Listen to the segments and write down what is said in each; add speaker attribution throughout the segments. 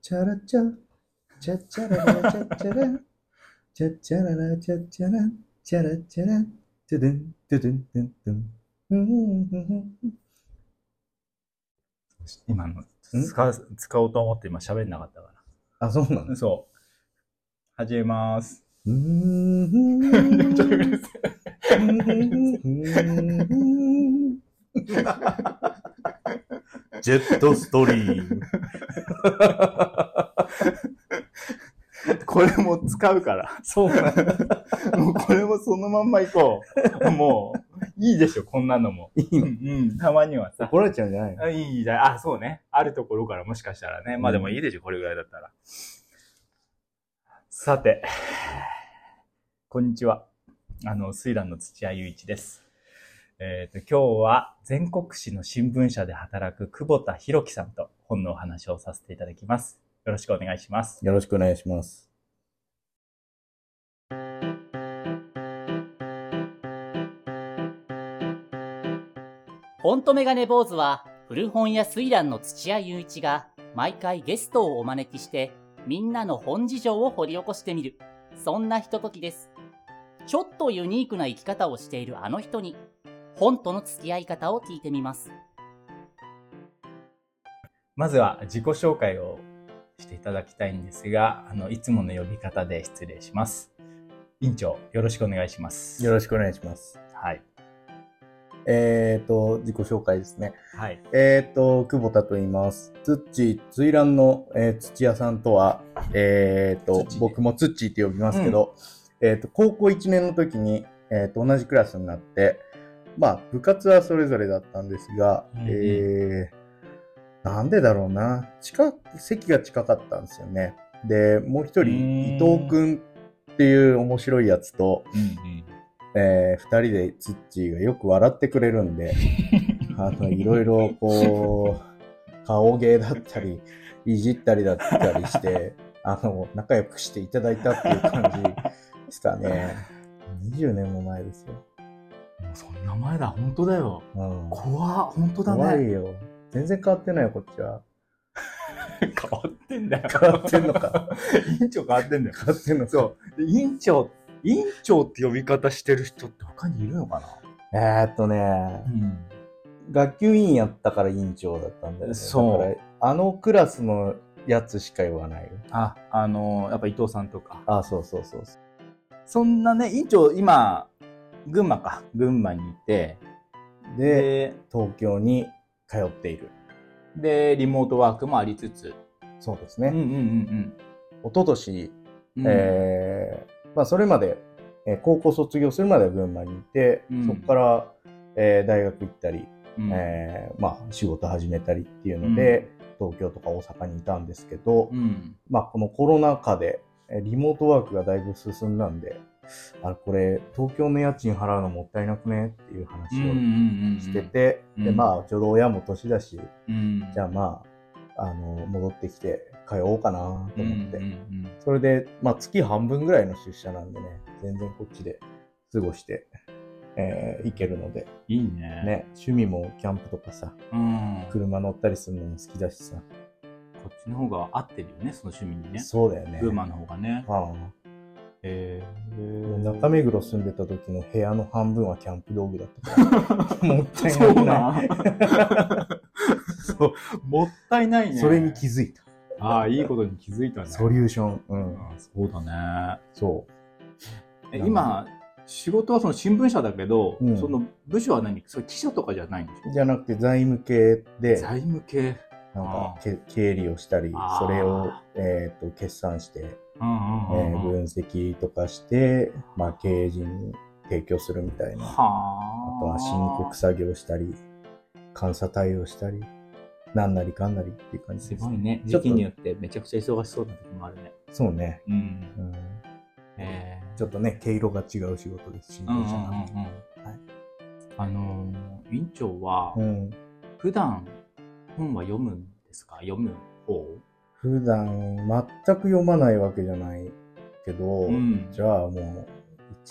Speaker 1: チャラチャ、チャチャララチャチャラ、チャチャララチャチャラ、チャラチャラ、トゥドゥン、トゥドゥン、トゥン、トゥン。うんうんうんうん
Speaker 2: 今の、使う、使おうと思って今喋んなかったか
Speaker 1: あ、そうなんで
Speaker 2: ら。
Speaker 1: す。
Speaker 2: そう。始めます。
Speaker 1: うー ん。
Speaker 2: ちょっとうるさい。
Speaker 1: ジェットストリーム。
Speaker 2: これも使うから。
Speaker 1: そうなんだ。
Speaker 2: もうこれもそのまんまいこう。 もう、いいでしょ、こんなのも。
Speaker 1: いい
Speaker 2: うん、
Speaker 1: の
Speaker 2: うん、たまにはさ。
Speaker 1: 怒られちゃうんじゃないの
Speaker 2: あいいじゃん。あ、そうね。あるところからもしかしたらね。まあでもいいでしょ、これぐらいだったら。さて、こんにちは。あの、スイランの土屋雄一です。えっ、と、今日は全国紙の新聞社で働く久保田博樹さんと本のお話をさせていただきます。よろしくお願いします。
Speaker 1: よろしくお願いします。
Speaker 3: フォントメガネ坊主は古本屋水蘭の土屋雄一が毎回ゲストをお招きしてみんなの本事情を掘り起こしてみる。そんなひとときです。ちょっとユニークな生き方をしているあの人に本との付き合い方を聞いてみます。
Speaker 2: まずは自己紹介をしていただきたいんですが、あの、いつもの呼び方で失礼します。院長、よろしくお願いします。
Speaker 1: よろしくお願いします。
Speaker 2: はい。
Speaker 1: えっ、ー、と、自己紹介ですね。
Speaker 2: はい。
Speaker 1: えー、と、久保田と言います。ツッチー、ツイランの、えー土屋さんとは、えー、と
Speaker 2: ツッチ、ー
Speaker 1: 僕もツッチーって呼びますけど、えー、と、高校1年の時に、えー、と、同じクラスになって、まあ、部活はそれぞれだったんですが、
Speaker 2: うんうん
Speaker 1: えー、なんでだろうな。近、席が近かったんですよね。で、もう一人、伊
Speaker 2: う
Speaker 1: 藤
Speaker 2: ん
Speaker 1: くんっていう面白いやつと、
Speaker 2: うん
Speaker 1: えー、二人でツッチーがよく笑ってくれるん で、あの、いろいろこう、顔芸だったり、いじったりだったりして、あの、仲良くしていただいたっていう感じですかね。20年も前ですよ。
Speaker 2: うん。もうそんな前だ、本当だよ。
Speaker 1: うん。
Speaker 2: 怖っ、本当だね。
Speaker 1: 怖いよ。全然変わってないよ、こっちは。
Speaker 2: 変わってんだよ。
Speaker 1: 変わってんのか。
Speaker 2: 院長変わってんだよ。
Speaker 1: 変わってんのか。
Speaker 2: そう。で院長、院長って呼び方してる人って他にいるのかな
Speaker 1: えーっとね、
Speaker 2: う
Speaker 1: 学級委員やったから委員長だったんだよね。
Speaker 2: そう
Speaker 1: だからあのクラスのやつしか言わないよ。
Speaker 2: ん。あ、あのやっぱ伊藤さんとか。
Speaker 1: あ、そうそうそうそう。
Speaker 2: そんなね、院長、今、群馬か。群馬にいて、
Speaker 1: で、
Speaker 2: で、
Speaker 1: 東京に通っている。
Speaker 2: で、リモートワークもありつつ。
Speaker 1: そうです
Speaker 2: うんうん
Speaker 1: ね。一昨年
Speaker 2: うんうん。
Speaker 1: えーまあ、それまで、えー高校卒業するまでは群馬にいて、
Speaker 2: うん
Speaker 1: そこから、えー大学行ったり、
Speaker 2: うん
Speaker 1: えーまあ、仕事始めたりっていうので、東京とか大阪にいたんですけど、
Speaker 2: うん。
Speaker 1: まあ、このコロナ禍でえーリモートワークがだいぶ進んだんであれこれ東京の家賃払うのもったいなくねっていう
Speaker 2: う
Speaker 1: 話
Speaker 2: んうん
Speaker 1: を
Speaker 2: うんうん。
Speaker 1: してて、
Speaker 2: うん
Speaker 1: で
Speaker 2: うん
Speaker 1: まあ、ちょうど親も年だし
Speaker 2: うん、
Speaker 1: じゃあまああの戻ってきて通おうかなと思って。
Speaker 2: うんうんうん
Speaker 1: それで、まあ、月半分ぐらいの出社なんでね、全然こっちで過ごして、えー、行けるので、
Speaker 2: いいね。。
Speaker 1: ね、趣味もキャンプとかさ、
Speaker 2: うん。
Speaker 1: 車乗ったりするのも好きだしさ、
Speaker 2: こっちの方が合ってるよね、その趣味にね。
Speaker 1: そうだよね。
Speaker 2: 群馬の方がね。
Speaker 1: あ
Speaker 2: え
Speaker 1: あ
Speaker 2: ー、
Speaker 1: 中目黒住んでた時の部屋の半分はキャンプ道具だったから、 もったいな
Speaker 2: そ
Speaker 1: く
Speaker 2: う
Speaker 1: な。
Speaker 2: ない そう、もったいないね。
Speaker 1: それに気づいた。
Speaker 2: ああ、いいことに気づいたね。
Speaker 1: ソリューション。うん。
Speaker 2: うんそうだね。
Speaker 1: そな
Speaker 2: え
Speaker 1: んで
Speaker 2: 今、仕事はその新聞社だけど、
Speaker 1: うん
Speaker 2: その部署は何それ記者とかじゃないんでし
Speaker 1: う。じゃなくて財務系
Speaker 2: ょ
Speaker 1: で、
Speaker 2: 財務系。
Speaker 1: なんかけ経理をしたり
Speaker 2: あ、ー
Speaker 1: それを、えっ、と、決算して、
Speaker 2: うん
Speaker 1: えー分析とかして、まあ、経営陣に提供するみたいな。
Speaker 2: は
Speaker 1: あ
Speaker 2: あ。
Speaker 1: とは申告作業したり、監査対応したり、なんなりかんなりっていう感じ
Speaker 2: す
Speaker 1: です。
Speaker 2: ごいね。
Speaker 1: ちょ
Speaker 2: 時
Speaker 1: っと
Speaker 2: 期によってめちゃくちゃ忙しそうな時もあるね。
Speaker 1: そうね、
Speaker 2: うん。
Speaker 1: うん。
Speaker 2: えー
Speaker 1: ちょっとね、毛色が違う仕事です。新
Speaker 2: うんう
Speaker 1: 聞
Speaker 2: んうん
Speaker 1: 社
Speaker 2: うん
Speaker 1: なんてい
Speaker 2: あのー院長は
Speaker 1: うん。
Speaker 2: 普段本は読むんですか読む方
Speaker 1: 普段全く読まないわけじゃないけど、
Speaker 2: ん
Speaker 1: じゃあも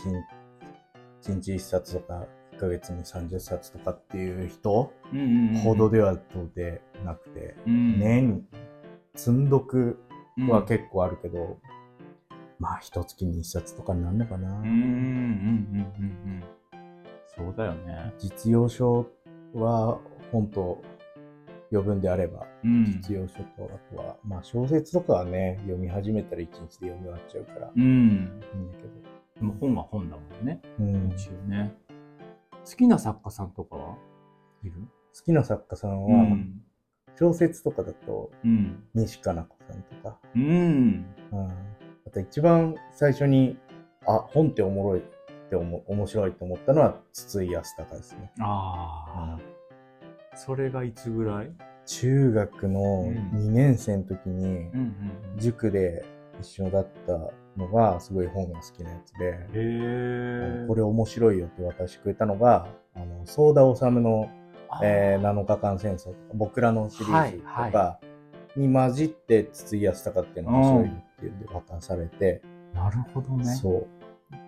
Speaker 1: う1、一日1冊とか、1ヶ月に30冊とかっていう人
Speaker 2: うんうんうん
Speaker 1: ほどでは到底なくて、
Speaker 2: うん
Speaker 1: 年積んどく
Speaker 2: うん
Speaker 1: は結構あるけど、まあ、一月に一冊とかになるのかな。
Speaker 2: うんうんうんうんうん。そうだよね。
Speaker 1: 実用書は、本当余分であれば、
Speaker 2: うん。
Speaker 1: 実用書と、あとは、まあ、小説とかはね、読み始めたら一日で読み終わっちゃうから、
Speaker 2: うん。
Speaker 1: いいんだけど。
Speaker 2: でも本は本だもんね。
Speaker 1: うん、
Speaker 2: 一応ね。好きな作家さんとかはいる
Speaker 1: 好きな作家さん
Speaker 2: う
Speaker 1: は、
Speaker 2: ん。
Speaker 1: 小説とかだと、
Speaker 2: うん。
Speaker 1: 西加奈子さんとか、
Speaker 2: うん。
Speaker 1: うん、あと一番最初に、あ、本っておもろいって思う、面白いと思ったのは、筒井康隆ですね。
Speaker 2: ああ。それがいつぐらい
Speaker 1: 中学の
Speaker 2: うん
Speaker 1: 2年生の時に、
Speaker 2: ん
Speaker 1: 塾で一緒だったのが、すごい本が好きなやつで、
Speaker 2: へえ。
Speaker 1: これ面白いよって渡してくれたのが、あの、ソーダ治の、えー、7日間戦争とか、僕らのシリーズと
Speaker 2: はい
Speaker 1: かに混じって、筒井康隆っていうのが面白いよって言って渡されて、
Speaker 2: なるほどね。
Speaker 1: そう。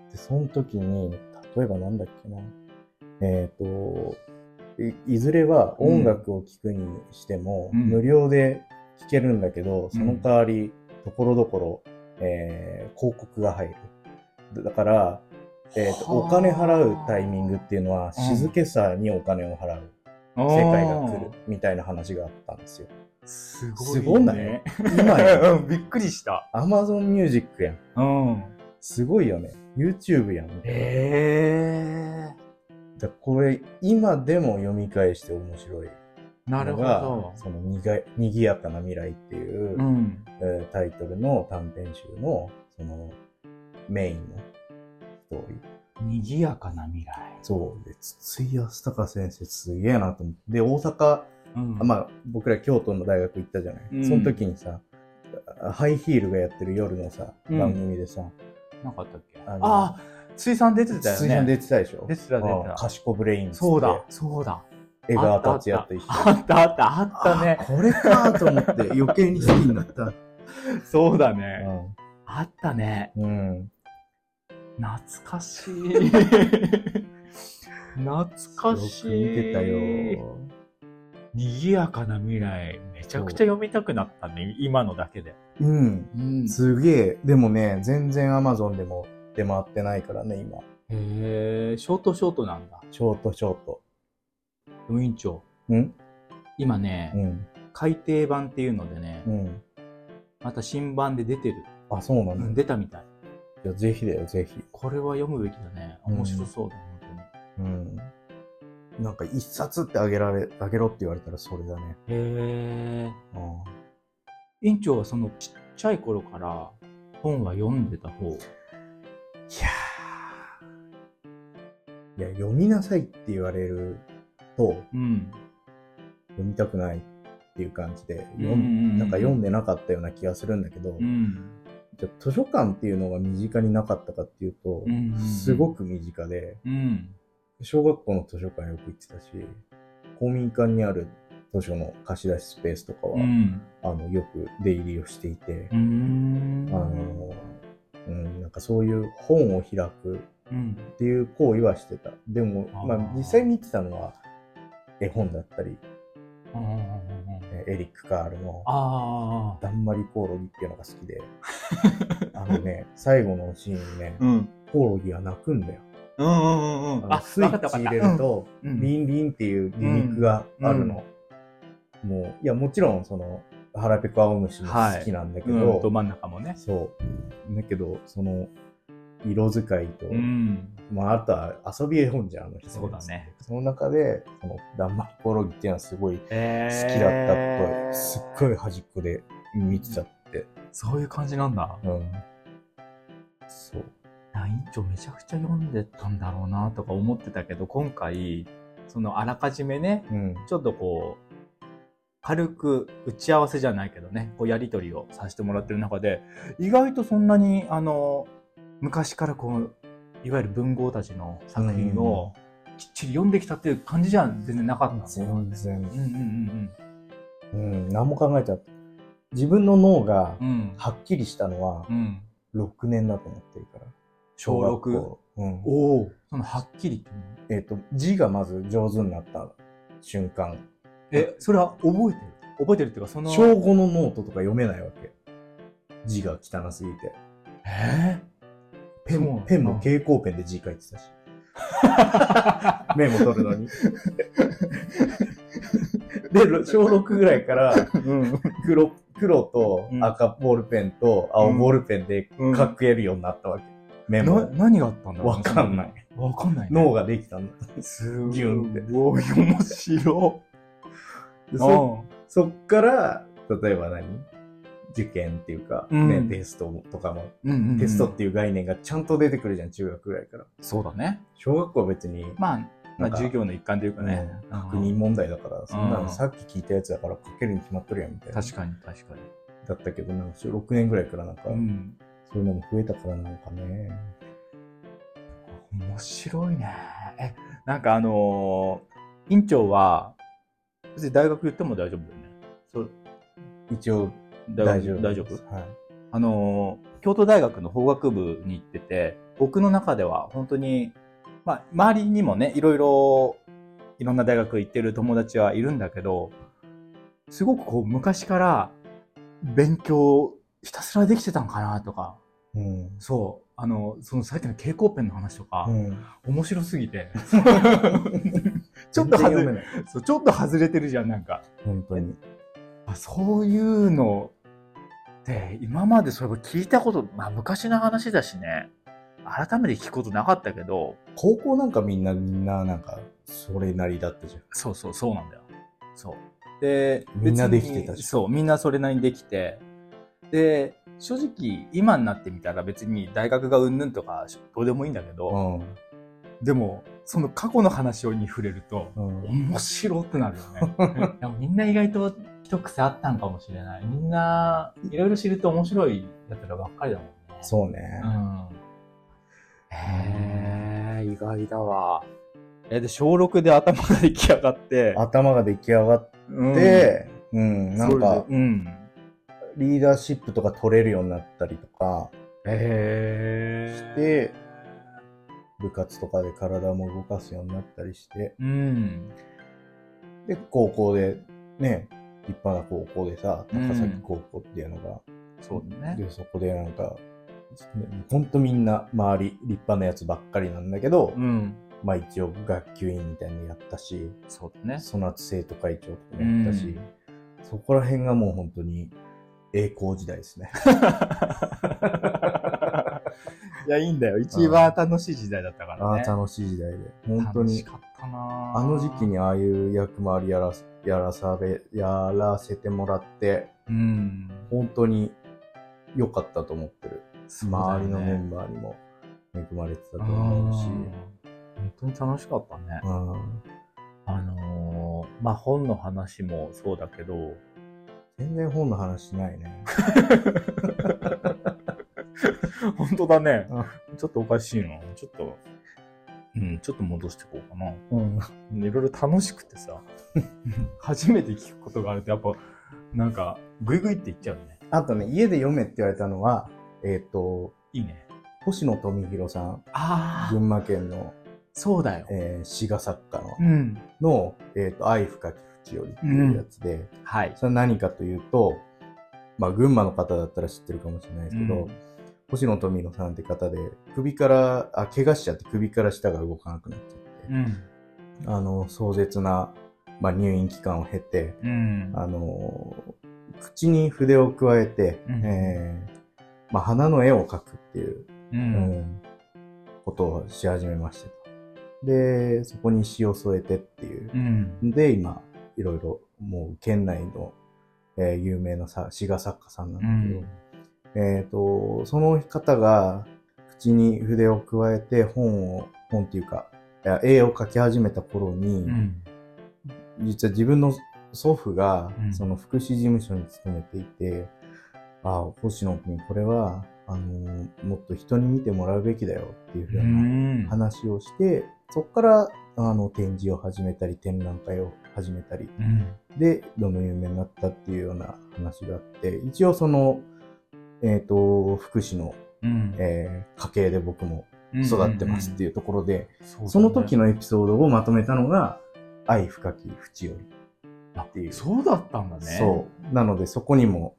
Speaker 1: で、その時に、例えばなんだっけな。えっ、とい、いずれは音楽を聴くにしても、
Speaker 2: うん
Speaker 1: 無料で聴けるんだけど、その代わり、ところどころ、えー広告が入る。だから、えーと
Speaker 2: はあ
Speaker 1: お金払うタイミングっていうのは、
Speaker 2: うん
Speaker 1: 静けさにお金を払う
Speaker 2: 世
Speaker 1: 世界が来るみたいな話があったんですよ。
Speaker 2: す
Speaker 1: すご
Speaker 2: ご
Speaker 1: い
Speaker 2: い
Speaker 1: ね
Speaker 2: ね。
Speaker 1: 今や、
Speaker 2: うんびっくりした。
Speaker 1: Amazon Music やん。
Speaker 2: うん。
Speaker 1: すごいよね。YouTube やん。みたいな
Speaker 2: え
Speaker 1: だからこれ今でも読み返して面白い
Speaker 2: え。なる
Speaker 1: の
Speaker 2: ほ
Speaker 1: が
Speaker 2: ど。
Speaker 1: そのにが「にぎやかな未来」っていう、
Speaker 2: うん。
Speaker 1: えータイトルの短編集のそのメインのストーリー
Speaker 2: 賑やかな未来。
Speaker 1: そうで筒井康隆先生すげえなと思ってで大阪、
Speaker 2: うん
Speaker 1: まあ僕ら京都の大学行ったじゃない、
Speaker 2: うん
Speaker 1: その時にさハイヒールがやってる夜のさ
Speaker 2: うん
Speaker 1: 番組でさ、
Speaker 2: なかったっけ
Speaker 1: あ
Speaker 2: あ
Speaker 1: の
Speaker 2: あ、水産出てたよね。
Speaker 1: 筒井さん出てたでしょ
Speaker 2: 出てた出てた
Speaker 1: ああ賢ブレインっつって
Speaker 2: そうだ、そうだ。
Speaker 1: 江川達也と一緒に
Speaker 2: あったあった、あったね。
Speaker 1: あこれかと思って余計に好きになった。
Speaker 2: そうだね。あったね。
Speaker 1: うん。
Speaker 2: 懐かし い。懐かし
Speaker 1: よく
Speaker 2: い。
Speaker 1: 見てた。よ。
Speaker 2: 賑やかな未来。めちゃくちゃ読みたくなったね。今のだけで。
Speaker 1: うん。
Speaker 2: うん
Speaker 1: すげえ。でもね、全然 Amazon でも出回ってないからね、今。
Speaker 2: へえ、ショートショートなんだ。
Speaker 1: ショートショート。
Speaker 2: でも委員長、
Speaker 1: うん
Speaker 2: 今ね、
Speaker 1: うん。
Speaker 2: 改訂版っていうのでね、
Speaker 1: うん。
Speaker 2: また新版で出てる。
Speaker 1: あ、そうな
Speaker 2: うんん、
Speaker 1: だ。
Speaker 2: 出たみたい。
Speaker 1: いやぜひだよ、ぜひ。
Speaker 2: これは読むべきだね。
Speaker 1: うん
Speaker 2: 面白そうだ、本当に。
Speaker 1: うん。なんか一冊ってあげられ、あげろって言われたらそれだね。
Speaker 2: へえ。
Speaker 1: あ
Speaker 2: 委員長はそのちっちゃい頃から本は読んでた方。
Speaker 1: あいや、読みなさいって言われると、
Speaker 2: うん。
Speaker 1: 読みたくないっていう感じで、
Speaker 2: うん
Speaker 1: 読
Speaker 2: うんうんうん
Speaker 1: んなんか読んでなかったような気がするんだけど、
Speaker 2: うん。
Speaker 1: じゃあ図書館っていうのが身近になかったかっていうと、
Speaker 2: うん
Speaker 1: すごく身近で、
Speaker 2: うん。
Speaker 1: 小学校の図書館よく行ってたし、公民館にある図書の貸し出しスペースとかは、
Speaker 2: うん。
Speaker 1: あのよく出入りをしていて、
Speaker 2: うん。
Speaker 1: あの、うん、なんかそういう本を開く
Speaker 2: うん。
Speaker 1: っていう行為はしてた。でも、
Speaker 2: あー
Speaker 1: まあ実際見てたのは、絵本だったり、えエリック・カールの、
Speaker 2: ああ。
Speaker 1: だんまりコオロギっていうのが好きで、 あのね、最後のシーンね、
Speaker 2: うん。
Speaker 1: コオロギが泣くんだよ。
Speaker 2: うんうんうん
Speaker 1: あのスイッチ入れる、と、
Speaker 2: う
Speaker 1: ビンビンっていうギミックがあるの。もう、いや、もちろん、その、腹ペコ青虫も好きなんだけど、
Speaker 2: ど真ん中もね。
Speaker 1: そう。だけど、その、色使いと、
Speaker 2: ん。
Speaker 1: まあ、あとは遊び絵本じゃん、あの人。
Speaker 2: そうだね。
Speaker 1: その中で、その、ダンマコオロギっていうのはすごい好
Speaker 2: え
Speaker 1: きだったっぽい。すっごい端っこで見てたって。
Speaker 2: そういう感じなんだ。
Speaker 1: うん。そう。
Speaker 2: あ委員長めちゃくちゃ読んでたんだろうなとか思ってたけど、今回、そのあらかじめね、
Speaker 1: うん。
Speaker 2: ちょっとこう、軽く打ち合わせじゃないけどね、こうやりとりをさせてもらってる中で、意外とそんなに、あの、昔からこう、いわゆる文豪たちの作品をきっちり読んできたっていう感じじゃ全然なかった。
Speaker 1: 全然
Speaker 2: う。んうん
Speaker 1: うん、何も考えちゃった。自分の脳が
Speaker 2: うんうん。うん。
Speaker 1: はっきりしたのは
Speaker 2: うん。
Speaker 1: 6年だと思ってるから。
Speaker 2: 小
Speaker 1: 学
Speaker 2: 6。
Speaker 1: 校うん。
Speaker 2: おお。そのはっきりっていうの
Speaker 1: えっ、と、字がまず上手になった瞬間。
Speaker 2: え、それは覚えてる覚えてるっていうか、その。
Speaker 1: 小5のノートとか読めないわけ。字が汚すぎて。
Speaker 2: え
Speaker 1: ペ
Speaker 2: そうな
Speaker 1: ン
Speaker 2: ん、だ
Speaker 1: ペンも蛍光ペンで字書いてた し。メモ取るのに。 で、ろ小6ぐらい から、
Speaker 2: うん。
Speaker 1: 黒、黒と
Speaker 2: うん
Speaker 1: 赤ボールペンと青ボールペンで
Speaker 2: うん
Speaker 1: 書けるようになったわけ。メ
Speaker 2: な
Speaker 1: モ。、
Speaker 2: 何があったんだろうね
Speaker 1: わかんない。
Speaker 2: わかんない、
Speaker 1: 脳ができたんだ。
Speaker 2: すごい。
Speaker 1: ギュンって
Speaker 2: おい面白い。
Speaker 1: でそそっから、例えば何受験っていうか、
Speaker 2: うん
Speaker 1: ね、テストもとかも、
Speaker 2: うんうんうん
Speaker 1: テストっていう概念がちゃんと出てくるじゃん、中学ぐらいから。
Speaker 2: そうだね。
Speaker 1: 小学校は別に、
Speaker 2: まあ、ま
Speaker 1: な
Speaker 2: あ、
Speaker 1: んか
Speaker 2: 授業の一環というかね。
Speaker 1: うん確認問題だから、そんな
Speaker 2: うん
Speaker 1: のさっき聞いたやつだから書けるに決まっとるやんみたいな。
Speaker 2: 確かに、確かに。
Speaker 1: だったけど、なんか6年ぐらいからなんか、
Speaker 2: うん。
Speaker 1: そういうのも増えたからなのかね。
Speaker 2: 面白いね。え、なんかあのー、院長は、別に大学言っても大丈夫だよね。そう。
Speaker 1: 一応、
Speaker 2: 大
Speaker 1: 大丈
Speaker 2: 丈夫
Speaker 1: 夫。
Speaker 2: 大丈夫
Speaker 1: はい。
Speaker 2: あのー、京都大学の法学部に行ってて、僕の中では本当に、まあ、周りにもね、いろいろ、いろんな大学行ってる友達はいるんだけど、すごくこう、昔から勉強ひたすらできてたんかなとか、
Speaker 1: うん。
Speaker 2: そう、あの、そのさっきの蛍光ペンの話とか、
Speaker 1: うん、
Speaker 2: 面白す ぎて、ち
Speaker 1: ち
Speaker 2: ょっと外
Speaker 1: 読め
Speaker 2: れ、
Speaker 1: ない。
Speaker 2: そうちょっと外れてるじゃん、なんか。
Speaker 1: 本当に。
Speaker 2: あそういうのって今までそれも聞いたこと、まあ、昔の話だしね改めて聞くことなかったけど
Speaker 1: 高校なんかみんな、みんななんか、それなりだったじゃん。
Speaker 2: そうそうそうなんだよそうで
Speaker 1: みんな
Speaker 2: 別に
Speaker 1: できてたし
Speaker 2: そうみんなそれなりにできてで正直今になってみたら別に大学がうんぬんとかどうでもいいんだけど、
Speaker 1: う
Speaker 2: でもその過去の話に触れると
Speaker 1: ん。うん。
Speaker 2: 面白ってなるよね でもみんな意外と一癖あったんかもしれないみんないろいろ知ると面白いやつらばっかりだもんね
Speaker 1: そうね。
Speaker 2: うんへえ意外だわえで小6で頭が出来上がって
Speaker 1: 頭が出来上がっ
Speaker 2: うん
Speaker 1: て、うん、なん
Speaker 2: そ
Speaker 1: か
Speaker 2: れ、でうん
Speaker 1: リーダーシップとか取れるようになったりとか、
Speaker 2: へえ
Speaker 1: して部活とかで体も動かすようになったりして、
Speaker 2: うん
Speaker 1: で、高校で、ね、立派な高校でさ、
Speaker 2: うん
Speaker 1: 高崎高校っていうのが、
Speaker 2: そうだね
Speaker 1: で、そこでなんか、ほんとみんな周り立派なやつばっかりなんだけど、
Speaker 2: うん
Speaker 1: まあ一応学級委員みたいにやったし、
Speaker 2: そうだね
Speaker 1: その後生徒会長とかもやったし、
Speaker 2: うん
Speaker 1: そこら辺がもう本当に栄光時代ですね。
Speaker 2: いやいいんだよ一番楽しい時代だったか
Speaker 1: あ
Speaker 2: ら
Speaker 1: あ、
Speaker 2: ね
Speaker 1: 楽しい時代で。本当
Speaker 2: 楽
Speaker 1: に
Speaker 2: し。かったな
Speaker 1: あの時期にああいう役回りやらすやらされ、やらせてもらって、
Speaker 2: うん
Speaker 1: 本当に良かったと思ってる。周りのメン
Speaker 2: バ
Speaker 1: バーにも恵まれてたと思うし。
Speaker 2: 本当に楽しかったね
Speaker 1: うん
Speaker 2: あのーまあ本の話もそうだけ ど
Speaker 1: 全然本の話しないね。
Speaker 2: 本当だね
Speaker 1: あ
Speaker 2: ちょっとおかしいなちょっとうんちょっと戻していこうかな
Speaker 1: うん、
Speaker 2: いろいろ楽しくて さ初めて聞くことがあるとやっぱなんかグイグイっていっちゃうね
Speaker 1: あとね、家で読めって言われたのは、えっ、と、
Speaker 2: いいね
Speaker 1: 星野富弘さん、
Speaker 2: あ
Speaker 1: 群馬県の、
Speaker 2: そうだよ
Speaker 1: えー詩画作家の、
Speaker 2: うん
Speaker 1: の、えっ、と、愛深き淵よりっていうやつで、
Speaker 2: はい
Speaker 1: それは何かというと、まあ、群馬の方だったら知ってるかもしれないですけど、
Speaker 2: うん
Speaker 1: 星野富野さんって方で、首から、あ、怪我しちゃって首から下が動かなくなっちゃって、
Speaker 2: ん
Speaker 1: あの、壮絶な、まあ、入院期間を経て、
Speaker 2: うん
Speaker 1: あの、口に筆を加えて、
Speaker 2: うん
Speaker 1: えーまあ、花の絵を描くっていう、
Speaker 2: う
Speaker 1: うんんことをし始めましたと。で、そこに詩を添えてっていう
Speaker 2: うん
Speaker 1: で、今、いろいろ、もう、県内の、えー有名なさ詩画作家さんなんだけど、えっ、と、その方が、口に筆を加えて、本を、本っていうか、いや絵を描き始めた頃に、
Speaker 2: うん
Speaker 1: 実は自分の祖父が
Speaker 2: う、ん
Speaker 1: その福祉事務所に勤めていて、ああ、星野君、これは、あのーもっと人に見てもらうべきだよっていうふうな、
Speaker 2: うん
Speaker 1: 話をして、そこからあの展示を始めたり、展覧会を始めたり、
Speaker 2: うん
Speaker 1: で、どんどん有名になったっていうような話があって、一応その、えっ、と、福祉の、
Speaker 2: うん
Speaker 1: えー家系で僕も育ってますっていうところで、
Speaker 2: そうだね
Speaker 1: その時のエピソードをまとめたのが、愛深き淵より。
Speaker 2: あ
Speaker 1: っていう
Speaker 2: そうだったんだね
Speaker 1: そう。なので、そこにも、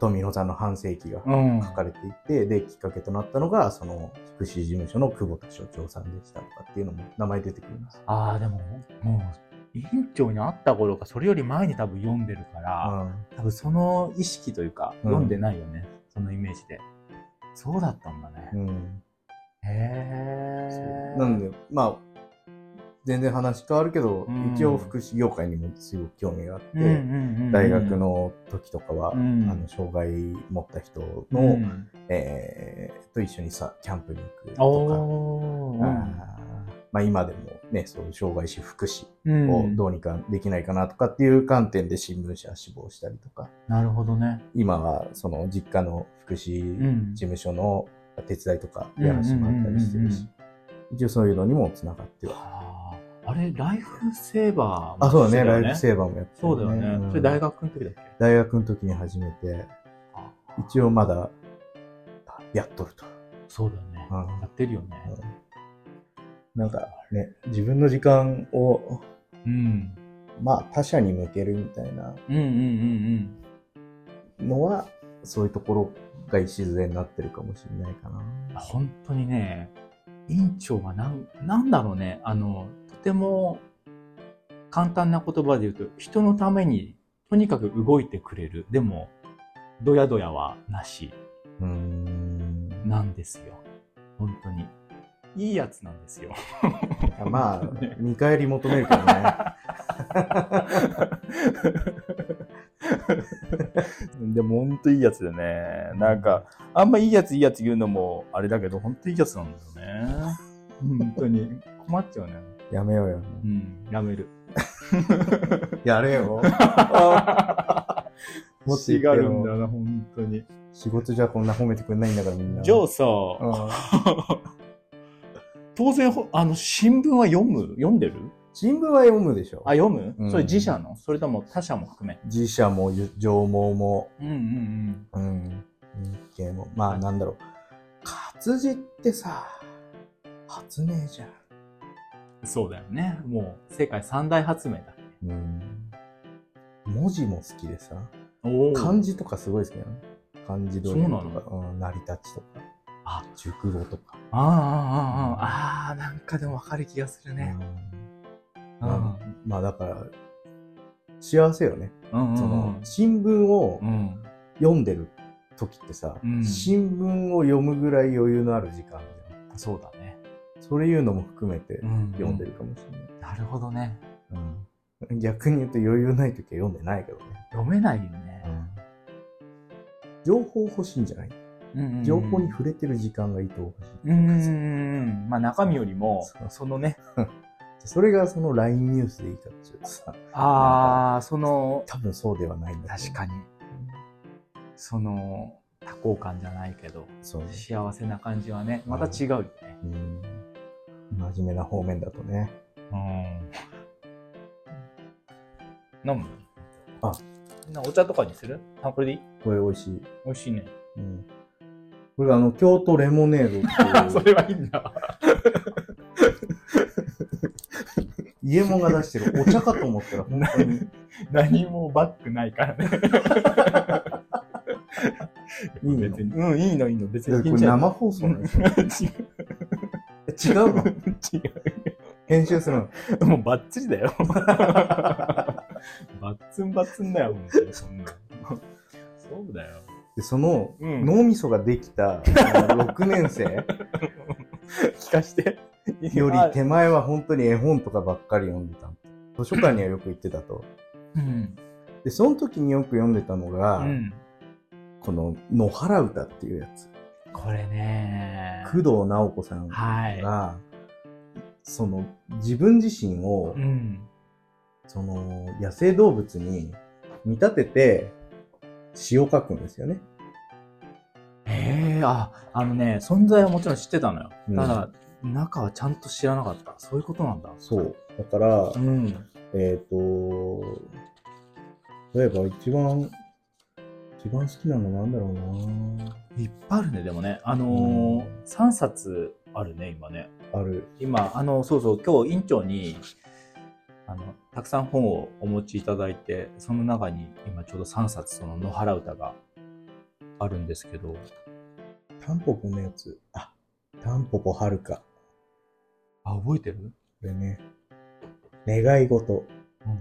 Speaker 1: 富野さんの半世紀が
Speaker 2: うん。
Speaker 1: 書かれていて、で、きっかけとなったのが、その、福祉事務所の久保田所長さんでしたとかっていうのも名前出てくるんですよ。
Speaker 2: ああ、でも、もう、委員長に会った頃か、それより前に多分読んでるから、
Speaker 1: うん
Speaker 2: 多分その意識というか、
Speaker 1: うん
Speaker 2: 読んでないよね。そのイメージで。そうだったんだね。
Speaker 1: うん。
Speaker 2: へ
Speaker 1: そう
Speaker 2: え。
Speaker 1: なんで、まあ、全然話変わるけど、
Speaker 2: うん
Speaker 1: 一応福祉業界にもすごく興味があって、
Speaker 2: うんうんうんうん、
Speaker 1: 大学の時とかは、
Speaker 2: うん
Speaker 1: あの障害持った人の、
Speaker 2: うん
Speaker 1: えーと一緒にさキャンプに行くと
Speaker 2: お
Speaker 1: か、あ
Speaker 2: ー
Speaker 1: ーまあ、今でもねそういう障害者福祉
Speaker 2: うん
Speaker 1: をどうにかできないかなとかっていう観点で新聞社は志望したりとか
Speaker 2: なるほどね。
Speaker 1: 今はその実家の福
Speaker 2: う
Speaker 1: 祉
Speaker 2: ん
Speaker 1: 事。務所の手伝いとかやらせてもらったりしてる
Speaker 2: うんうんうんうん
Speaker 1: し一応そういうのにもつながっては
Speaker 2: あーあれ、ライフセーバー
Speaker 1: あそうだねライフ
Speaker 2: ー
Speaker 1: セーバーもやって
Speaker 2: そうだよね。
Speaker 1: うん
Speaker 2: それ大学の時だっけ
Speaker 1: 大学の時に始めて
Speaker 2: あ
Speaker 1: 一応まだやっとると。
Speaker 2: そうだよね。
Speaker 1: うん
Speaker 2: やってるよね。
Speaker 1: なんかね、自分の時間を、
Speaker 2: うん。
Speaker 1: まあ他者に向けるみたいな
Speaker 2: うんうんうん
Speaker 1: のは、そういうところが礎になってるかもしれないかな。
Speaker 2: うん。本当にね、院長はなん、なんだろうね。あの、とても簡単な言葉で言うと、人のためにとにかく動いてくれる。でも、ドヤドヤはなし。
Speaker 1: うーん。
Speaker 2: なんですよ。本当に。いいやつなんですよ。
Speaker 1: まあ
Speaker 2: 本当ね、
Speaker 1: 見返り求める から
Speaker 2: でも本当いいやつでね。なんか、あんまいいやついいやつ言うのもあれだけど、本当いいやつなんだよね。本当に。困っちゃうね。
Speaker 1: ね。やめようよ。
Speaker 2: うん、やめる。
Speaker 1: やれ よ。もっと言っ
Speaker 2: 違
Speaker 1: てよ
Speaker 2: うんだよな、本当に。
Speaker 1: 仕事じゃこんな褒めてくれないんだからみんな。
Speaker 2: じゃあさ、
Speaker 1: うん
Speaker 2: 当然、ほあの、新聞は読む読んでる
Speaker 1: 新聞は読むでしょ
Speaker 2: あ、。読む、
Speaker 1: うん
Speaker 2: それ自社のそれとも他社も含め。
Speaker 1: 自社も上毛も、
Speaker 2: うんうん
Speaker 1: うん。日経も。まあなんだろう。活字ってさ、発明じゃん。
Speaker 2: うん。そうだよね。もう、世界三大発明だ。
Speaker 1: うん文字も好きでさ、
Speaker 2: お
Speaker 1: 漢字とかすごい好きなの。漢字どとか、うん成り立ちとか、
Speaker 2: あ
Speaker 1: 熟語とか。
Speaker 2: ああ、ああ、ああ、ああ、なんかでもわかる気がするね。
Speaker 1: う
Speaker 2: うんん。
Speaker 1: まあだから、幸せよね。
Speaker 2: うんうん
Speaker 1: その、新聞を
Speaker 2: うん。
Speaker 1: 読んでる時ってさ、
Speaker 2: うん
Speaker 1: 新聞を読むぐらい余裕のある時間じゃ
Speaker 2: そうだね。
Speaker 1: ん。そういうのも含めて
Speaker 2: うん
Speaker 1: 読んでるかもしれない。
Speaker 2: なるほどね。
Speaker 1: うん逆に言うと余裕ない時は読んでないけどね。
Speaker 2: 読めないよね。
Speaker 1: 情報欲しいんじゃない
Speaker 2: うんうんうん
Speaker 1: 情報に触れてる時間がいと欲しい。
Speaker 2: うんうんうん。まあ中身よりも
Speaker 1: そ、う
Speaker 2: そのね、
Speaker 1: それがその LINE ニュースでいいかっていうとさ、
Speaker 2: ああ、その、
Speaker 1: 多分そうではないんだ
Speaker 2: 確かに、その、多幸感じゃないけど、
Speaker 1: そうね。
Speaker 2: 幸せな感じはね、また違うよね。
Speaker 1: うん。真面目な方面だとね。
Speaker 2: うん。飲む
Speaker 1: あ
Speaker 2: なお茶とかにするあ、これでいい
Speaker 1: これ美味しい。
Speaker 2: 美味しいね。
Speaker 1: うん。これがあの、京都レモネードって
Speaker 2: そ
Speaker 1: いう、
Speaker 2: れはいいんだ。
Speaker 1: 家もが出してるお茶かと思ったら、 本当に。
Speaker 2: 何もバックないからね。
Speaker 1: いいの
Speaker 2: 別に。うん、 いいの、いいの。別
Speaker 1: で
Speaker 2: に
Speaker 1: こ
Speaker 2: いい
Speaker 1: れ
Speaker 2: んじゃ
Speaker 1: 生放送なんですよ。違う の
Speaker 2: 違う。
Speaker 1: 編集するの
Speaker 2: 違 う。もうバッチリだよ。バッツンバッツンだよ、本当に。 そんな。そうだよ。
Speaker 1: で、その、
Speaker 2: うん
Speaker 1: 脳みそができた、6年生
Speaker 2: 聞か して。
Speaker 1: より手前は本当に絵本とかばっかり読んでた。図書館にはよく行ってたと。
Speaker 2: うん。
Speaker 1: で、その時によく読んでたのが、
Speaker 2: うん。
Speaker 1: この野原歌っていうやつ。
Speaker 2: これね。
Speaker 1: 工藤直子さんが、
Speaker 2: はい。
Speaker 1: その自分自身を、
Speaker 2: うん。
Speaker 1: その野生動物に見立てて詩を書くんですよね。
Speaker 2: ええあ、あのね、存在はもちろん知ってたのよ。
Speaker 1: うん
Speaker 2: ただ、中はちゃんと知らなかった。そういうことなんだ。
Speaker 1: そう。だから、
Speaker 2: うん。
Speaker 1: えっ、と、例えば一番、一番好きなのなんだろうない
Speaker 2: っぱいあるね、でもね。あのー、3冊あるね、今ね。
Speaker 1: ある。
Speaker 2: 今、あの、そうそう、今日、院長に、あの、たくさん本をお持ちいただいて、その中に、今ちょうど3冊、その野原歌があるんですけど、
Speaker 1: タンポポのやつ。あ、タンポポはるか。
Speaker 2: あ、覚えてる
Speaker 1: これね。願い事、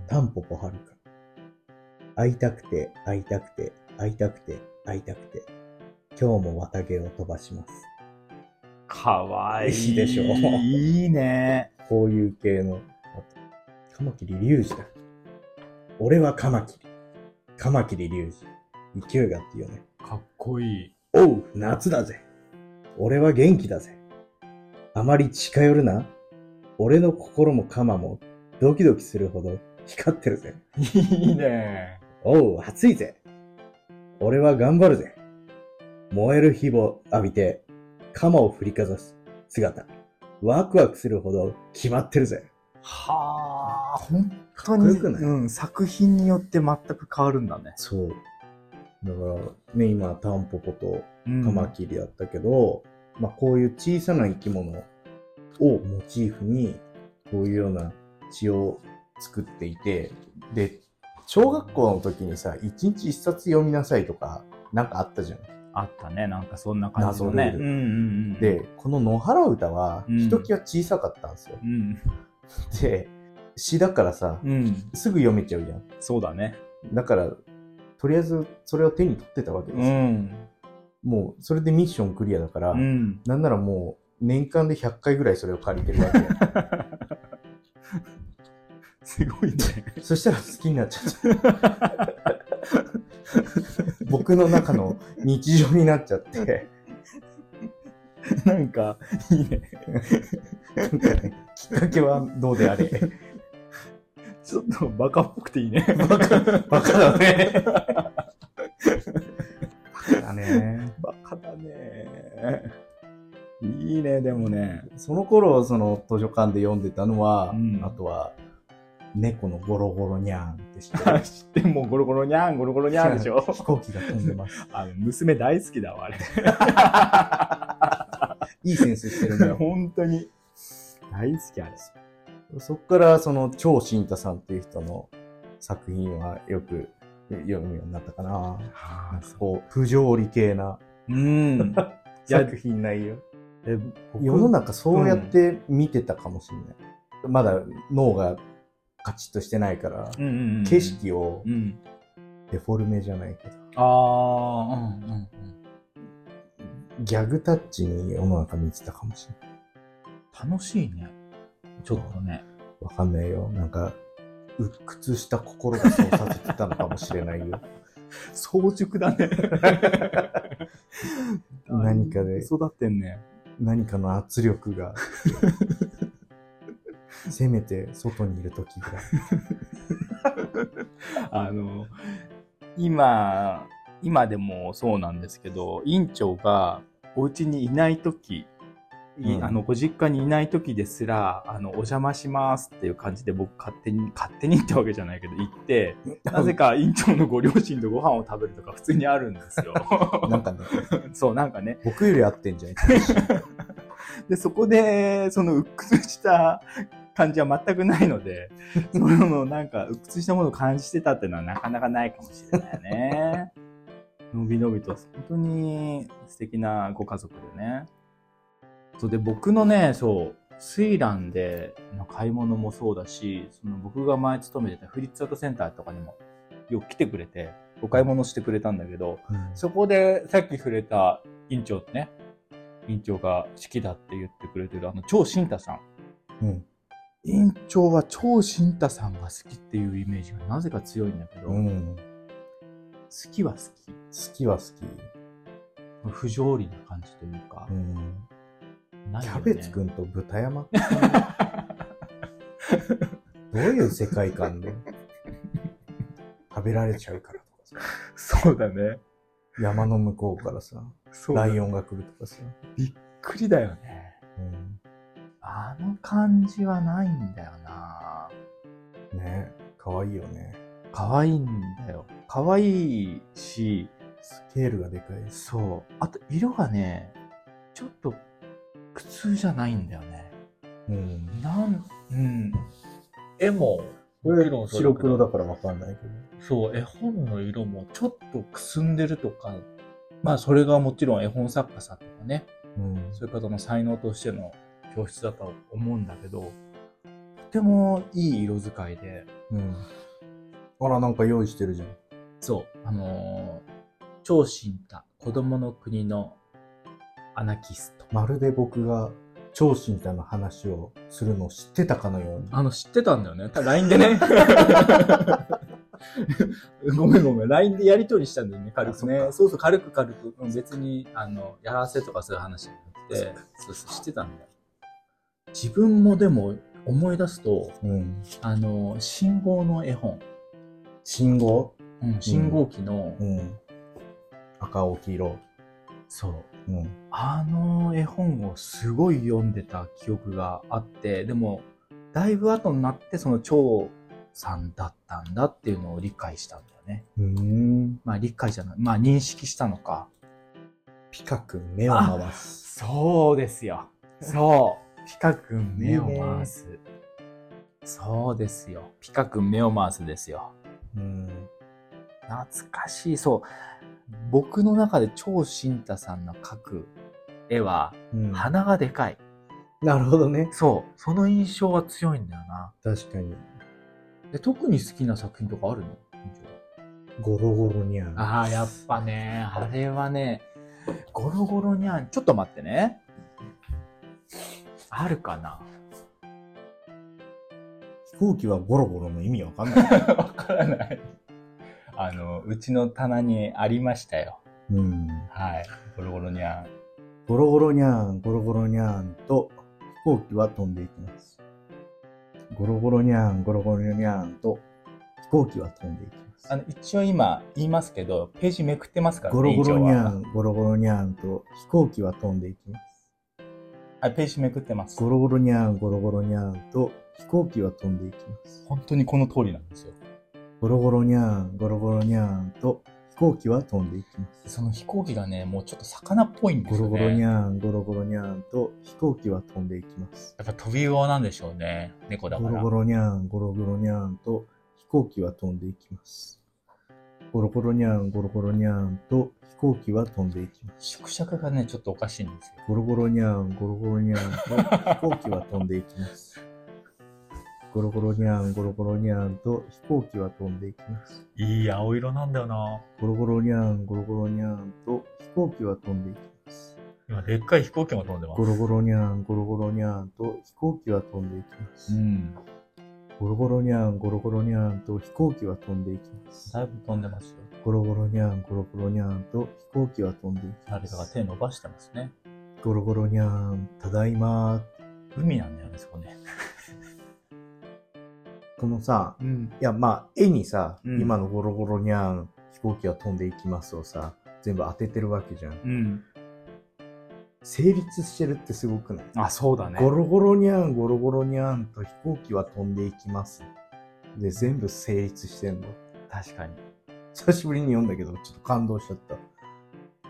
Speaker 1: タンポポはるか。会いたくて、会いたくて、会いたくて、会いたくて。今日も綿毛を飛ばします。
Speaker 2: かわいい。
Speaker 1: いいでしょ
Speaker 2: いいね。
Speaker 1: こういう系の。あとカマキリリュウジだ。俺はカマキリ。カマキリリュウジ。勢いがあっていいよね。
Speaker 2: かっこいい。
Speaker 1: おう、夏だぜ。俺は元気だぜ。あまり近寄るな。俺の心も鎌もドキドキするほど光ってるぜ。
Speaker 2: いいね。
Speaker 1: おう、暑いぜ。俺は頑張るぜ。燃える火を浴びて、鎌を振りかざす姿。ワクワクするほど決まってるぜ。
Speaker 2: はあ、本
Speaker 1: か
Speaker 2: 当
Speaker 1: っこ
Speaker 2: に
Speaker 1: よくない、
Speaker 2: うん、作品によって全く変わるんだね。
Speaker 1: そう。だから、ね、今、タンポポと
Speaker 2: うん
Speaker 1: カマキリだったけど、まあこういう小さな生き物をモチーフにこういうような詩を作っていてで小学校の時にさ一日一冊読みなさいとかなんかあったじゃん。
Speaker 2: あったね、なんかそんな感じの
Speaker 1: 謎
Speaker 2: ね。
Speaker 1: ルー
Speaker 2: うん
Speaker 1: ル
Speaker 2: うんうん。、
Speaker 1: でこの「野原歌」は
Speaker 2: うん
Speaker 1: ひときわ小さかったんですよ。
Speaker 2: うん、
Speaker 1: で詩だからさ
Speaker 2: うん、
Speaker 1: すぐ読めちゃうじゃん。
Speaker 2: そうだね。
Speaker 1: だからとりあえずそれを手に取ってたわけで
Speaker 2: う
Speaker 1: すよ。
Speaker 2: ん、
Speaker 1: もうそれでミッションクリアだから、
Speaker 2: うん。
Speaker 1: なんならもう年間で100回ぐらいそれを借りてるわけよ。
Speaker 2: すごいね。
Speaker 1: そしたら好きになっちゃった。 僕の中の日常になっちゃって、
Speaker 2: なんか、いいね。
Speaker 1: なんかねきっかけはどうであれ。
Speaker 2: ちょっとバカっぽくていいね。
Speaker 1: バカ、バカだね。だね。
Speaker 2: バカだね。いいね、でもね。
Speaker 1: その頃、その図書館で読んでたのは、
Speaker 2: うん
Speaker 1: あとは、猫のゴロゴロニャーンって知 ってる。
Speaker 2: 知ってもうゴロゴロにゃん、ゴロゴロにゃんでしょ。
Speaker 1: 飛行機が飛んでます。
Speaker 2: あの娘大好きだわ、あれ。
Speaker 1: いいセンスしてるん だよ。
Speaker 2: 本当に。大好き、あれ。
Speaker 1: そっからその超新太さんっていう人の作品はよく読むようになったかな。なんかこう、不条理系な
Speaker 2: うん。いや
Speaker 1: 作品内容。
Speaker 2: え
Speaker 1: 世の中そうやって見てたかもしれない。まだ脳がカチッとしてないから、
Speaker 2: うんうんうん、
Speaker 1: 景色を
Speaker 2: うん。
Speaker 1: デフォルメじゃないけど、
Speaker 2: ああ、うんうんうん。
Speaker 1: ギャグタッチに世の中見てたかもしれない。
Speaker 2: 楽しいね。ちょっとね。
Speaker 1: わかんないよ。なんか、鬱屈した心がそうさせてたのかもしれないよ。
Speaker 2: 早熟だね。
Speaker 1: 何かで
Speaker 2: 育ってんね。
Speaker 1: 何かの圧力 がせめて外にいる時が
Speaker 2: あの、今、今でもそうなんですけど、院長がお家にいないとき、い
Speaker 1: うん
Speaker 2: あの、ご実家にいないときですら、あの、お邪魔しますっていう感じで僕勝手に、勝手にってわけじゃないけど、行って、なぜか院長のご両親とご飯を食べるとか普通にあるんですよ。
Speaker 1: なん かね
Speaker 2: そう、なんかね。
Speaker 1: 僕より合ってんじゃん
Speaker 2: で、そこで、その、鬱屈した感じは全くないので、その、なんか、鬱屈したものを感じてたっていうのはなかなかないかもしれないね。のびのびと、本当に素敵なご家族でね。そうで、僕のね、そう、水蘭での買い物もそうだし、その僕が前勤めてたフリッツアートセンターとかにもよく来てくれて、お買い物してくれたんだけど、そこでさっき触れた院長ね、院長が好きだって言ってくれてるあの超新太さん。
Speaker 1: うん
Speaker 2: 院長は超新太さんが好きっていうイメージがなぜか強いんだけど、
Speaker 1: う
Speaker 2: 好
Speaker 1: ん好
Speaker 2: きは好き。
Speaker 1: きは好き、
Speaker 2: 不条理な感じというか、
Speaker 1: うん、
Speaker 2: ない
Speaker 1: キ
Speaker 2: よね
Speaker 1: ャベツくんと豚 山どういう世界観で食べられちゃうからとかさ
Speaker 2: そうだね。
Speaker 1: 山の向こうからさ
Speaker 2: そう
Speaker 1: ライ
Speaker 2: ン。
Speaker 1: オンが来るとかさ、
Speaker 2: くりだよね。
Speaker 1: う
Speaker 2: あの感じはないんだよな。
Speaker 1: ん、ねかわいいよね
Speaker 2: 可愛いんだよ。可愛いし、
Speaker 1: スケールがでかいです
Speaker 2: そう。あと、色がね、ちょっと、苦痛じゃないんだよね。
Speaker 1: うん
Speaker 2: なん、うん。絵も、
Speaker 1: これ
Speaker 2: もち
Speaker 1: 白
Speaker 2: ろんそうだけど
Speaker 1: 黒だからわかんないけど
Speaker 2: そう、絵本の色も、ちょっとくすんでるとか、まあそれがもちろん絵本作家さんとかね、
Speaker 1: うん
Speaker 2: そういう方の才能としての教室だと思うんだけど、とてもいい色使いで、
Speaker 1: うん。あら、なんか用意してるじゃん。
Speaker 2: そう、あのー超新太、子供の国のアナキスト。
Speaker 1: まるで僕が超新太の話をするのを知ってたかのように。
Speaker 2: あの、知ってたんだよね。LINE でね。ごめんごめん。LINE でやりとりしたんだよね、軽くね。
Speaker 1: あそ
Speaker 2: そ
Speaker 1: っか
Speaker 2: うそう、軽く軽く。うん別に、あの、やらせとかそういう話じゃなくて、そうそう、知ってたんだよ。自分もでも思い出すと、
Speaker 1: うん。
Speaker 2: あの、信号の絵本。
Speaker 1: 信号
Speaker 2: うん、信号機の、
Speaker 1: うん。赤、青、黄色。
Speaker 2: そう。
Speaker 1: うん。
Speaker 2: あの絵本をすごい読んでた記憶があって、でも、だいぶ後になってその蝶さんだったんだっていうのを理解したんだよね。
Speaker 1: うん。
Speaker 2: まあ理解じゃない、まあ認識したのか。
Speaker 1: ピカ君、目を回す。
Speaker 2: そうですよ。そう。 ピカ君
Speaker 1: 目
Speaker 2: 目
Speaker 1: を
Speaker 2: を
Speaker 1: 回
Speaker 2: 回す。そうですよ。ピカ君目を回すですよ。
Speaker 1: うん。
Speaker 2: 懐かしい。そう。僕の中で超新太さんの描く絵は、
Speaker 1: うん、
Speaker 2: 鼻がでかい。
Speaker 1: なるほどね。
Speaker 2: そう。その印象は強いんだよな。
Speaker 1: 確かに。
Speaker 2: え特に好きな作品とかあるの
Speaker 1: ゴロゴロにゃん。
Speaker 2: ああ、やっぱね、あれはね、ゴロゴロニャン、ちょっと待ってね。あるかな
Speaker 1: 飛行機はゴロゴロの意味わかん ない。
Speaker 2: わからない。あの、うちの棚にありましたよ。
Speaker 1: うん。
Speaker 2: はい。ゴロゴロニャン。
Speaker 1: ゴロゴロにゃん、ゴロゴロにゃんと飛行機は飛んでいきます。ゴロゴロにゃん、ゴロゴロにゃんと飛行機は飛んでいきます。
Speaker 2: あの、一応今言いますけど、ページめくってますからね、
Speaker 1: ゴロゴロにゃ
Speaker 2: 一応は
Speaker 1: ん、ゴロゴロにゃんと飛行機は飛んでいきます。
Speaker 2: はい、ページめくってます。
Speaker 1: ゴロゴロにゃん、ゴロゴロにゃんと飛行機は飛んでいきます。
Speaker 2: 本当にこの通りなんですよ。
Speaker 1: ゴロゴロにゃん、ゴロゴロにゃんと飛行機は飛んでいきます。
Speaker 2: その飛行機がね、もうちょっと魚っぽいんで
Speaker 1: ゴ
Speaker 2: す
Speaker 1: ロ
Speaker 2: よね。
Speaker 1: ゴロにゃん、ゴロゴロにゃんと飛行機は飛んでいきます。
Speaker 2: やっぱ飛び魚なんでしょうね。猫だか
Speaker 1: ゴ
Speaker 2: ら。
Speaker 1: ロゴロにゃん、ゴロゴロにゃんと飛行機は飛んでいきます。ゴロゴロにゃん、ゴロゴロにゃんと飛行機は飛んでいきます。
Speaker 2: 縮尺がね、ちょっとおかしいんですよ。
Speaker 1: ゴロゴロにゃん、ゴロゴロにゃんと飛行機は飛んでいきます。ゴロゴロにゃん、ゴロゴロにゃんと飛行機は飛んでいきます。
Speaker 2: いい青色なんだよな。
Speaker 1: ゴロゴロにゃん、ゴロゴロにゃんと飛行機は飛んでいきます。
Speaker 2: 今、でっかい飛行機も飛んでま
Speaker 1: ゴロゴロにゃん、ゴロゴロにゃんと飛行機は飛んでいきます
Speaker 2: う。ん。
Speaker 1: ゴロゴロにゃん、ゴロゴロにゃんと飛行機は飛んでいきます。
Speaker 2: だいぶ飛んでますよ。
Speaker 1: ゴロゴロニャン、ゴロゴロニャンと飛行機は飛んでいき
Speaker 2: 誰
Speaker 1: ま
Speaker 2: かが
Speaker 1: す。
Speaker 2: 手伸ばしてますね。
Speaker 1: ゴロゴロニャン、ただいま。
Speaker 2: 海なんだよね、そこね。
Speaker 1: このさ、
Speaker 2: うん。
Speaker 1: いやまあ、絵にさ、
Speaker 2: うん
Speaker 1: 今のゴロゴロニャン、飛行機は飛んでいきますをさ、全部当ててるわけじゃん。
Speaker 2: うん。
Speaker 1: 成立してるってすごくない、
Speaker 2: あ、そうだね。
Speaker 1: ゴロゴロニャン、ゴロゴロニャンと飛行機は飛んでいきます。で、全部成立してんの。
Speaker 2: 確かに。
Speaker 1: 久しぶりに読んだけど、ちょっと感動しちゃった。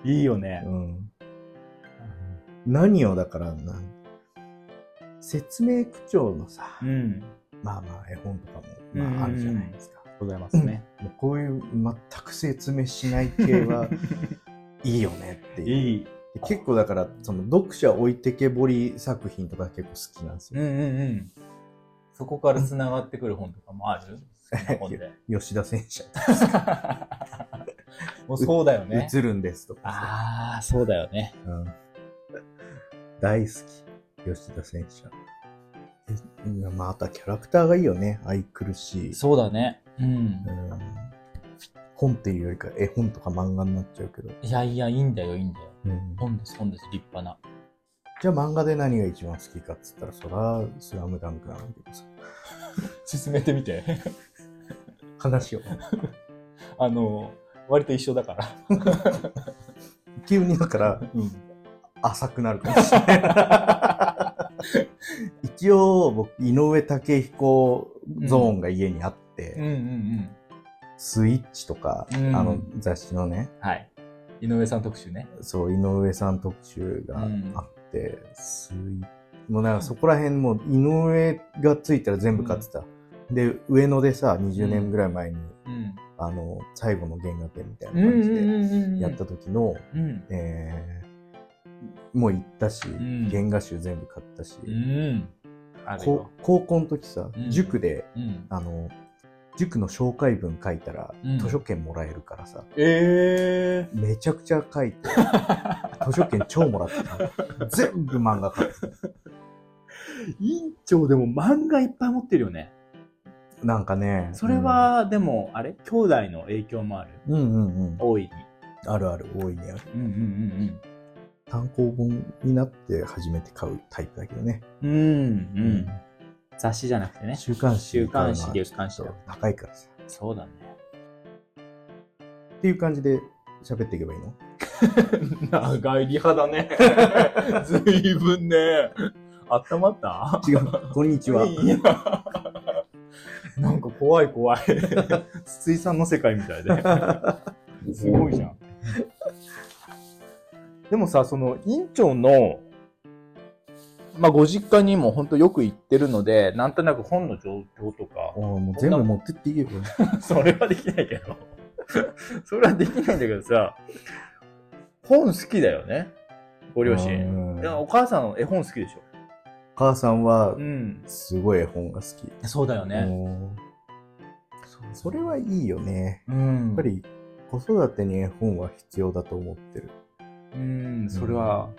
Speaker 2: いいよね
Speaker 1: う。ん。何をだからな、説明口調のさ、
Speaker 2: うん。
Speaker 1: まあまあ絵本とか
Speaker 2: うん
Speaker 1: も、
Speaker 2: うんう
Speaker 1: ま
Speaker 2: ん
Speaker 1: あ、あるじゃないですか。
Speaker 2: ございますね。
Speaker 1: もうこういう全く説明しない系 はいいよねっていう。
Speaker 2: い。
Speaker 1: で結構だからその読者置いてけぼり作品とか結構好きなんです
Speaker 2: うん
Speaker 1: よ。
Speaker 2: うんうん。そこから繋がってくる本とかもある好きな本 で。
Speaker 1: 吉田戦車、
Speaker 2: もうそうだよね。
Speaker 1: 映るんですとかさ、
Speaker 2: ああ、そうだよね。
Speaker 1: うん 大好き。吉田戦車。でいやまたキャラクターがいいよね。愛くるしい。
Speaker 2: そうだね。うん
Speaker 1: う。ん本っていうよりか絵本とか漫画になっちゃうけど。
Speaker 2: いやいや、いいんだよ、いいんだよ。
Speaker 1: うん
Speaker 2: 本です、本です、立派な。
Speaker 1: じゃあ漫画で何が一番好きかっつったら、そら、スラムダンクなんだけどさ。
Speaker 2: 進めてみて。
Speaker 1: 話を。
Speaker 2: あの、割と一緒だから。
Speaker 1: 急にだから、
Speaker 2: うん。
Speaker 1: 浅くなるかもしれない。一応、僕、井上武彦ゾーンが家にあって、
Speaker 2: うんうんうん。
Speaker 1: スイッチとか、
Speaker 2: うん
Speaker 1: あの雑誌のね、
Speaker 2: はい。井上さん特集ね。
Speaker 1: そう、井上さん特集があって、スイッチ。もうなんかそこら辺もう井上がついたら全部買ってた。で、上野でさ、20年ぐらい前に、
Speaker 2: うん。
Speaker 1: ああの、最後の原画展みたい
Speaker 2: うん
Speaker 1: な
Speaker 2: うん
Speaker 1: 感
Speaker 2: う
Speaker 1: じで
Speaker 2: んうんうん。
Speaker 1: やった時の、
Speaker 2: うん。
Speaker 1: えーもう行ったし、
Speaker 2: ん
Speaker 1: 原画集全部買ったし、
Speaker 2: うん。ある
Speaker 1: こ
Speaker 2: よ。
Speaker 1: 高校の時さ、
Speaker 2: うん
Speaker 1: 塾で、
Speaker 2: うん。
Speaker 1: あの、塾の紹介文書いたら、
Speaker 2: うん
Speaker 1: 図書券もらえるからさ、
Speaker 2: え
Speaker 1: めちゃくちゃ 書いて、図書券超もらってた。全部漫画買って
Speaker 2: え委員長でも漫画いっぱい持ってるよね。
Speaker 1: た。なんかね、
Speaker 2: それは、でも、あれ兄弟の影響もある。
Speaker 1: うん、うんうんうん
Speaker 2: 大いに。
Speaker 1: あるある、大いにある。
Speaker 2: うんうん
Speaker 1: 単行本になって初めて買うタイプだけどね。
Speaker 2: うんうん。うんうん。雑誌じゃなくてね。
Speaker 1: 週刊誌
Speaker 2: 週
Speaker 1: で買うの
Speaker 2: 刊
Speaker 1: は
Speaker 2: 誌、月刊
Speaker 1: ち
Speaker 2: 誌
Speaker 1: ょっ
Speaker 2: だ
Speaker 1: と。高いからさ。
Speaker 2: そうだね。
Speaker 1: っていう感じで喋っていけばいいの
Speaker 2: 長いリハだ ね。ずいぶんね。温まった
Speaker 1: 違 う。こんにちは。
Speaker 2: いやなんか怖い 怖い。筒井さんの世界みたいで。すごいじゃん。 でもさ、その院長の、まあ、ご実家にも本当よく行ってるので、なんとなく本の状況とか、
Speaker 1: おーもう全部持ってっていいよ。
Speaker 2: それはできないけど。 それはできないんだけどさ、本好きだよね。ご
Speaker 1: ご
Speaker 2: 両親。でもお母さんの絵本好きでしょ。
Speaker 1: お母さんは、
Speaker 2: ん。
Speaker 1: すごい絵本が好き。
Speaker 2: そうだよね。
Speaker 1: おーそれはいいよね。
Speaker 2: うん。
Speaker 1: やっぱり子育てに絵本は必要だと思ってる。
Speaker 2: うん、それは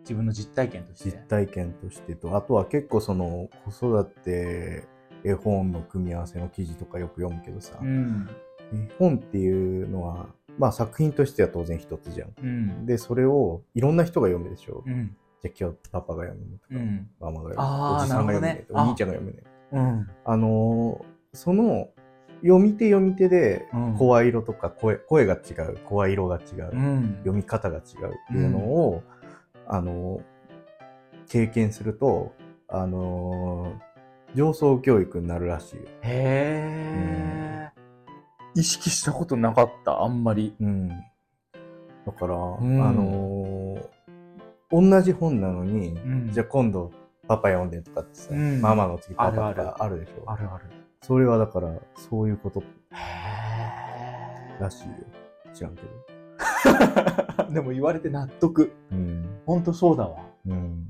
Speaker 2: 自分の実体験とし
Speaker 1: 実
Speaker 2: て。
Speaker 1: 体験としてと、あとは結構その子育て絵本の組み合わせの記事とかよく読むけどさ、
Speaker 2: ん。
Speaker 1: 絵本っていうのは、まあ作品としては当然一つじゃん。
Speaker 2: うん。
Speaker 1: で、それをいろんな人が読むでしょ。
Speaker 2: うん。
Speaker 1: じゃあ今日パパが読むのとか、
Speaker 2: うん。
Speaker 1: ママが読む
Speaker 2: あー
Speaker 1: おじさんが読むのとか
Speaker 2: なるほどね
Speaker 1: お兄ちゃんが読むね。
Speaker 2: うん。
Speaker 1: あのーその読み手読み手で
Speaker 2: うん
Speaker 1: 声色とか声声が違う声色が違う、
Speaker 2: うん。
Speaker 1: 読み方が違うっていうのを、あのー経験するとあのー上層教育になるらしいよ、
Speaker 2: へえ。意識したことなかった、あんまり。
Speaker 1: うん、だから、
Speaker 2: ん
Speaker 1: あのー同じ本なのに、
Speaker 2: ん
Speaker 1: じゃあ今度パパ読んでとかってさ、
Speaker 2: うん
Speaker 1: ママの次パパ
Speaker 2: あ
Speaker 1: と
Speaker 2: るあ
Speaker 1: か
Speaker 2: る
Speaker 1: あるでしょ
Speaker 2: あるある。
Speaker 1: それはだからそういうこと
Speaker 2: へ
Speaker 1: らしいよ知らんけど
Speaker 2: え。でも言われて納得。
Speaker 1: うん
Speaker 2: ほんとそうだわ。
Speaker 1: うん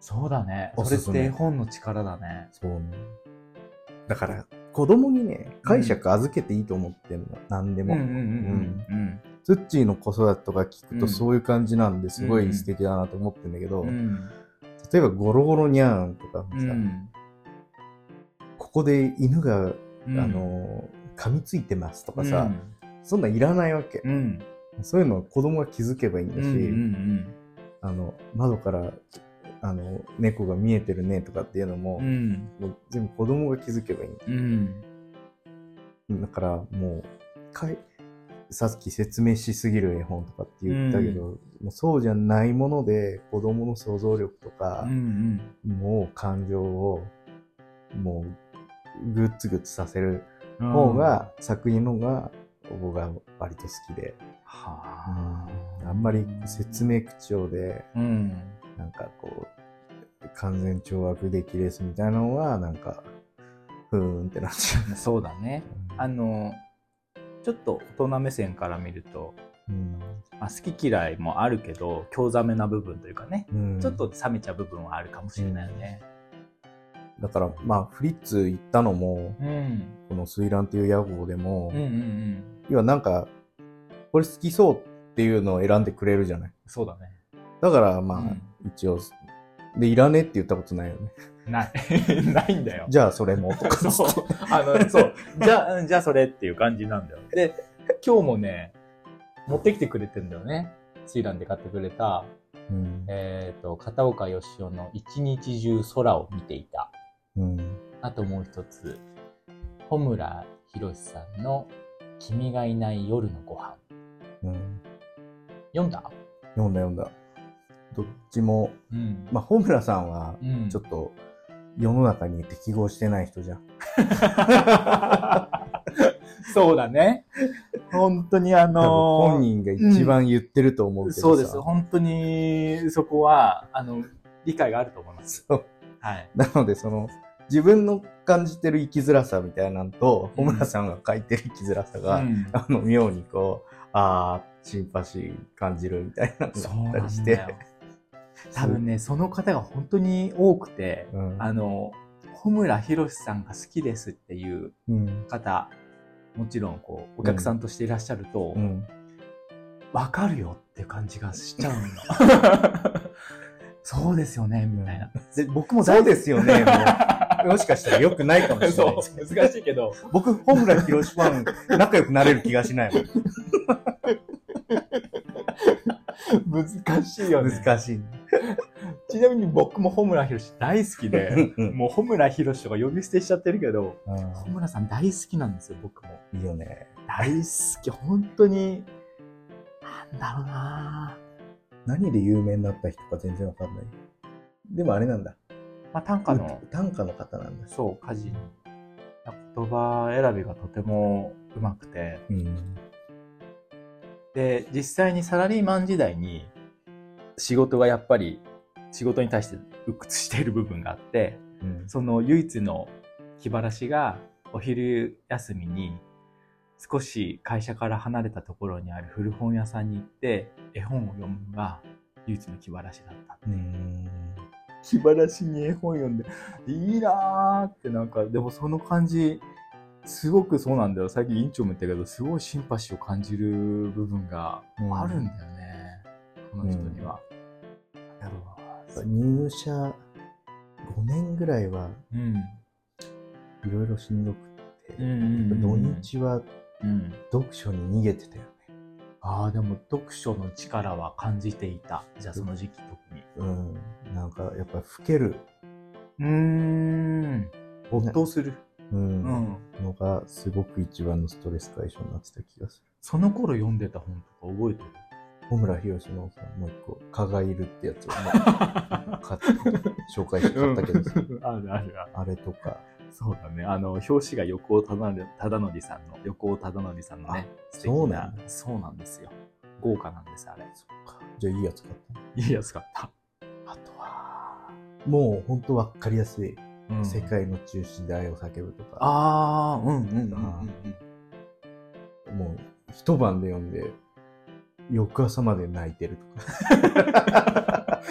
Speaker 2: そうだね。
Speaker 1: お
Speaker 2: それ
Speaker 1: す
Speaker 2: っ
Speaker 1: す
Speaker 2: て
Speaker 1: め
Speaker 2: 絵本の力だね。
Speaker 1: そうね。だから、子供にね、解釈預けていいと思ってんの、何で
Speaker 2: う
Speaker 1: も。
Speaker 2: うん
Speaker 1: ツッチーの子育てとか聞く
Speaker 2: う
Speaker 1: と
Speaker 2: ん
Speaker 1: そういう感じなんですご
Speaker 2: うん
Speaker 1: い素敵だなと思ってんだけど、
Speaker 2: うん。うん。
Speaker 1: 例えばゴロゴロニャーンとかも
Speaker 2: う
Speaker 1: さ、
Speaker 2: ん。
Speaker 1: ここで犬が、
Speaker 2: うん
Speaker 1: あ、の噛みついてますとかさ、そんなんいらないわけ
Speaker 2: う、ん。うん。
Speaker 1: そういうのは子供が気づけばいいんだし、
Speaker 2: うんうん
Speaker 1: あの窓からあの猫が見えてるねとかっていうのも,、
Speaker 2: うん。うん。
Speaker 1: もう全部子供が気づけばいいんだ
Speaker 2: うん。
Speaker 1: だからもうかいさっき説明しすぎる絵本とかって言ったけど、もうそうじゃないもので子どもの想像力とか
Speaker 2: うんう、ん。
Speaker 1: もう感情をもうグッツグツさせる
Speaker 2: うん
Speaker 1: 方が、作品の方が僕は割と好きで、
Speaker 2: は
Speaker 1: あんまり説明口調で
Speaker 2: あ、うん、
Speaker 1: なんかこう完全懲悪できレースみたいなのはなんかふーんってなっちゃ
Speaker 2: そうだねあ
Speaker 1: う。
Speaker 2: のちょっと大人目線から見ると、
Speaker 1: うん
Speaker 2: まあ、好き嫌いもあるけど興ざめな部分というかね、
Speaker 1: うん
Speaker 2: ちょっと冷めちゃう部分はあるかもしれないよね
Speaker 1: だからまあフリッツ行ったのも
Speaker 2: うん、
Speaker 1: この「水卵」という屋号でも、
Speaker 2: うんうんうん
Speaker 1: 要はなんかこれ好きそうっていうのを選んでくれるじゃない
Speaker 2: そうだね
Speaker 1: だからまあ、
Speaker 2: う
Speaker 1: 一応でいらねって言ったことないよね
Speaker 2: んないないんだよ
Speaker 1: じゃあそれもとか
Speaker 2: そうあのそうじゃあうんじゃあそれっていう感じなんだよで今日もね持ってきてくれてんだよねスイランで買ってくれた
Speaker 1: うん
Speaker 2: えっ、と、片岡義雄の一日中空を見ていた。
Speaker 1: うん
Speaker 2: あともう一つ、穂村博さんの君がいない夜のご飯。
Speaker 1: うん
Speaker 2: 読んだ
Speaker 1: 読んだ読んだどっちも
Speaker 2: うん。
Speaker 1: まあ本村さんは
Speaker 2: うん。
Speaker 1: ちょっと世の中に適合してない人じゃん、
Speaker 2: そうだね。本当にあ
Speaker 1: 多分
Speaker 2: のー
Speaker 1: 本人が一番言ってると思うけどさ、
Speaker 2: そうです。本当に、そこは、あの、理解があると思います。
Speaker 1: そう
Speaker 2: はい。
Speaker 1: なので、その、自分の感じてる生きづらさみたいなんと、穂村さんが書いてる生きづらさが、
Speaker 2: うん
Speaker 1: あの、妙にこう、ああ、シンパシー感じるみたいなの
Speaker 2: そ
Speaker 1: があ
Speaker 2: う
Speaker 1: ったり
Speaker 2: なん
Speaker 1: し
Speaker 2: だ
Speaker 1: て。
Speaker 2: よ。多分ね、その方が本当に多くて、
Speaker 1: うん
Speaker 2: あの、穂村博さんが好きですっていう
Speaker 1: うん。
Speaker 2: 方、もちろんこう、お客さんとしていらっしゃると
Speaker 1: う、ん。
Speaker 2: わ、かるよって感じがしちゃうの。 そうですよね、みたいな。
Speaker 1: で僕もそうですよ ね。もうもしかしたら良くないかもしれないですけど。
Speaker 2: 難しいけど。
Speaker 1: 僕、本村広志ファン、仲良くなれる気がしないもん。
Speaker 2: 難しいよね。
Speaker 1: 難しい。
Speaker 2: ちなみに僕も穂村博大好きで、もう穂村博とか呼び捨てしちゃってるけど、
Speaker 1: う
Speaker 2: 穂村さん大好きなんですよ、僕も。
Speaker 1: んいいよね。
Speaker 2: 大好き、本当に、なんだろうな
Speaker 1: 何で有名になった人か全然わかんない。でもあれなんだ。
Speaker 2: まあ短歌の、
Speaker 1: 短歌の方なんだ。
Speaker 2: そう、歌人。言葉選びがとてもうまくて。
Speaker 1: うん。
Speaker 2: で、実際にサラリーマン時代に、仕事がやっぱり、仕事に対して鬱屈している部分があって、
Speaker 1: うん
Speaker 2: その唯一の気晴らしが、お昼休みに、少し会社から離れたところにある古本屋さんに行って、絵本を読むのが唯一の気晴らしだった。
Speaker 1: うん。
Speaker 2: 気晴らしに絵本読んで、いいなーってなんか、でもその感じ、すごくそうなんだよ。最近委員長も言ったけど、すごいシンパシーを感じる部分があるんだよね。この人には。なるほ
Speaker 1: 入社5年ぐらいは
Speaker 2: ど。うん。
Speaker 1: いろいろしんどくて、
Speaker 2: うんうんうんうん
Speaker 1: 土日は
Speaker 2: うん。
Speaker 1: 読書に逃げてたよね。
Speaker 2: ああ、でも読書の力は感じていた。じゃあその時期特に。
Speaker 1: うん。なんかやっぱり老ける、
Speaker 2: うーん。
Speaker 1: 没
Speaker 2: どうする
Speaker 1: う、
Speaker 2: うんん。
Speaker 1: のがすごく一番のストレス解消になってた気がする。
Speaker 2: その頃読んでた本とか覚えてる
Speaker 1: 小村博のさ、もう一個、蚊がいるってやつをね 買って、紹介して買ったけどさ、
Speaker 2: あるあるある。
Speaker 1: あれとか、
Speaker 2: そうだね。あの、表紙が横尾忠則さんの、横尾忠則さんのね、素敵な
Speaker 1: そうなんだ
Speaker 2: そうなんですよ。豪華なんです、あれ。
Speaker 1: じゃあいいやつ買ったの。
Speaker 2: いいやつ買った。あとは、
Speaker 1: もうほんとわかりやすい。
Speaker 2: うん
Speaker 1: 世。界の中心で愛を叫ぶとか、
Speaker 2: ああ、うんうんうんうん
Speaker 1: あ
Speaker 2: うん。
Speaker 1: もう一晩で読んで、翌朝まで泣いてるとか。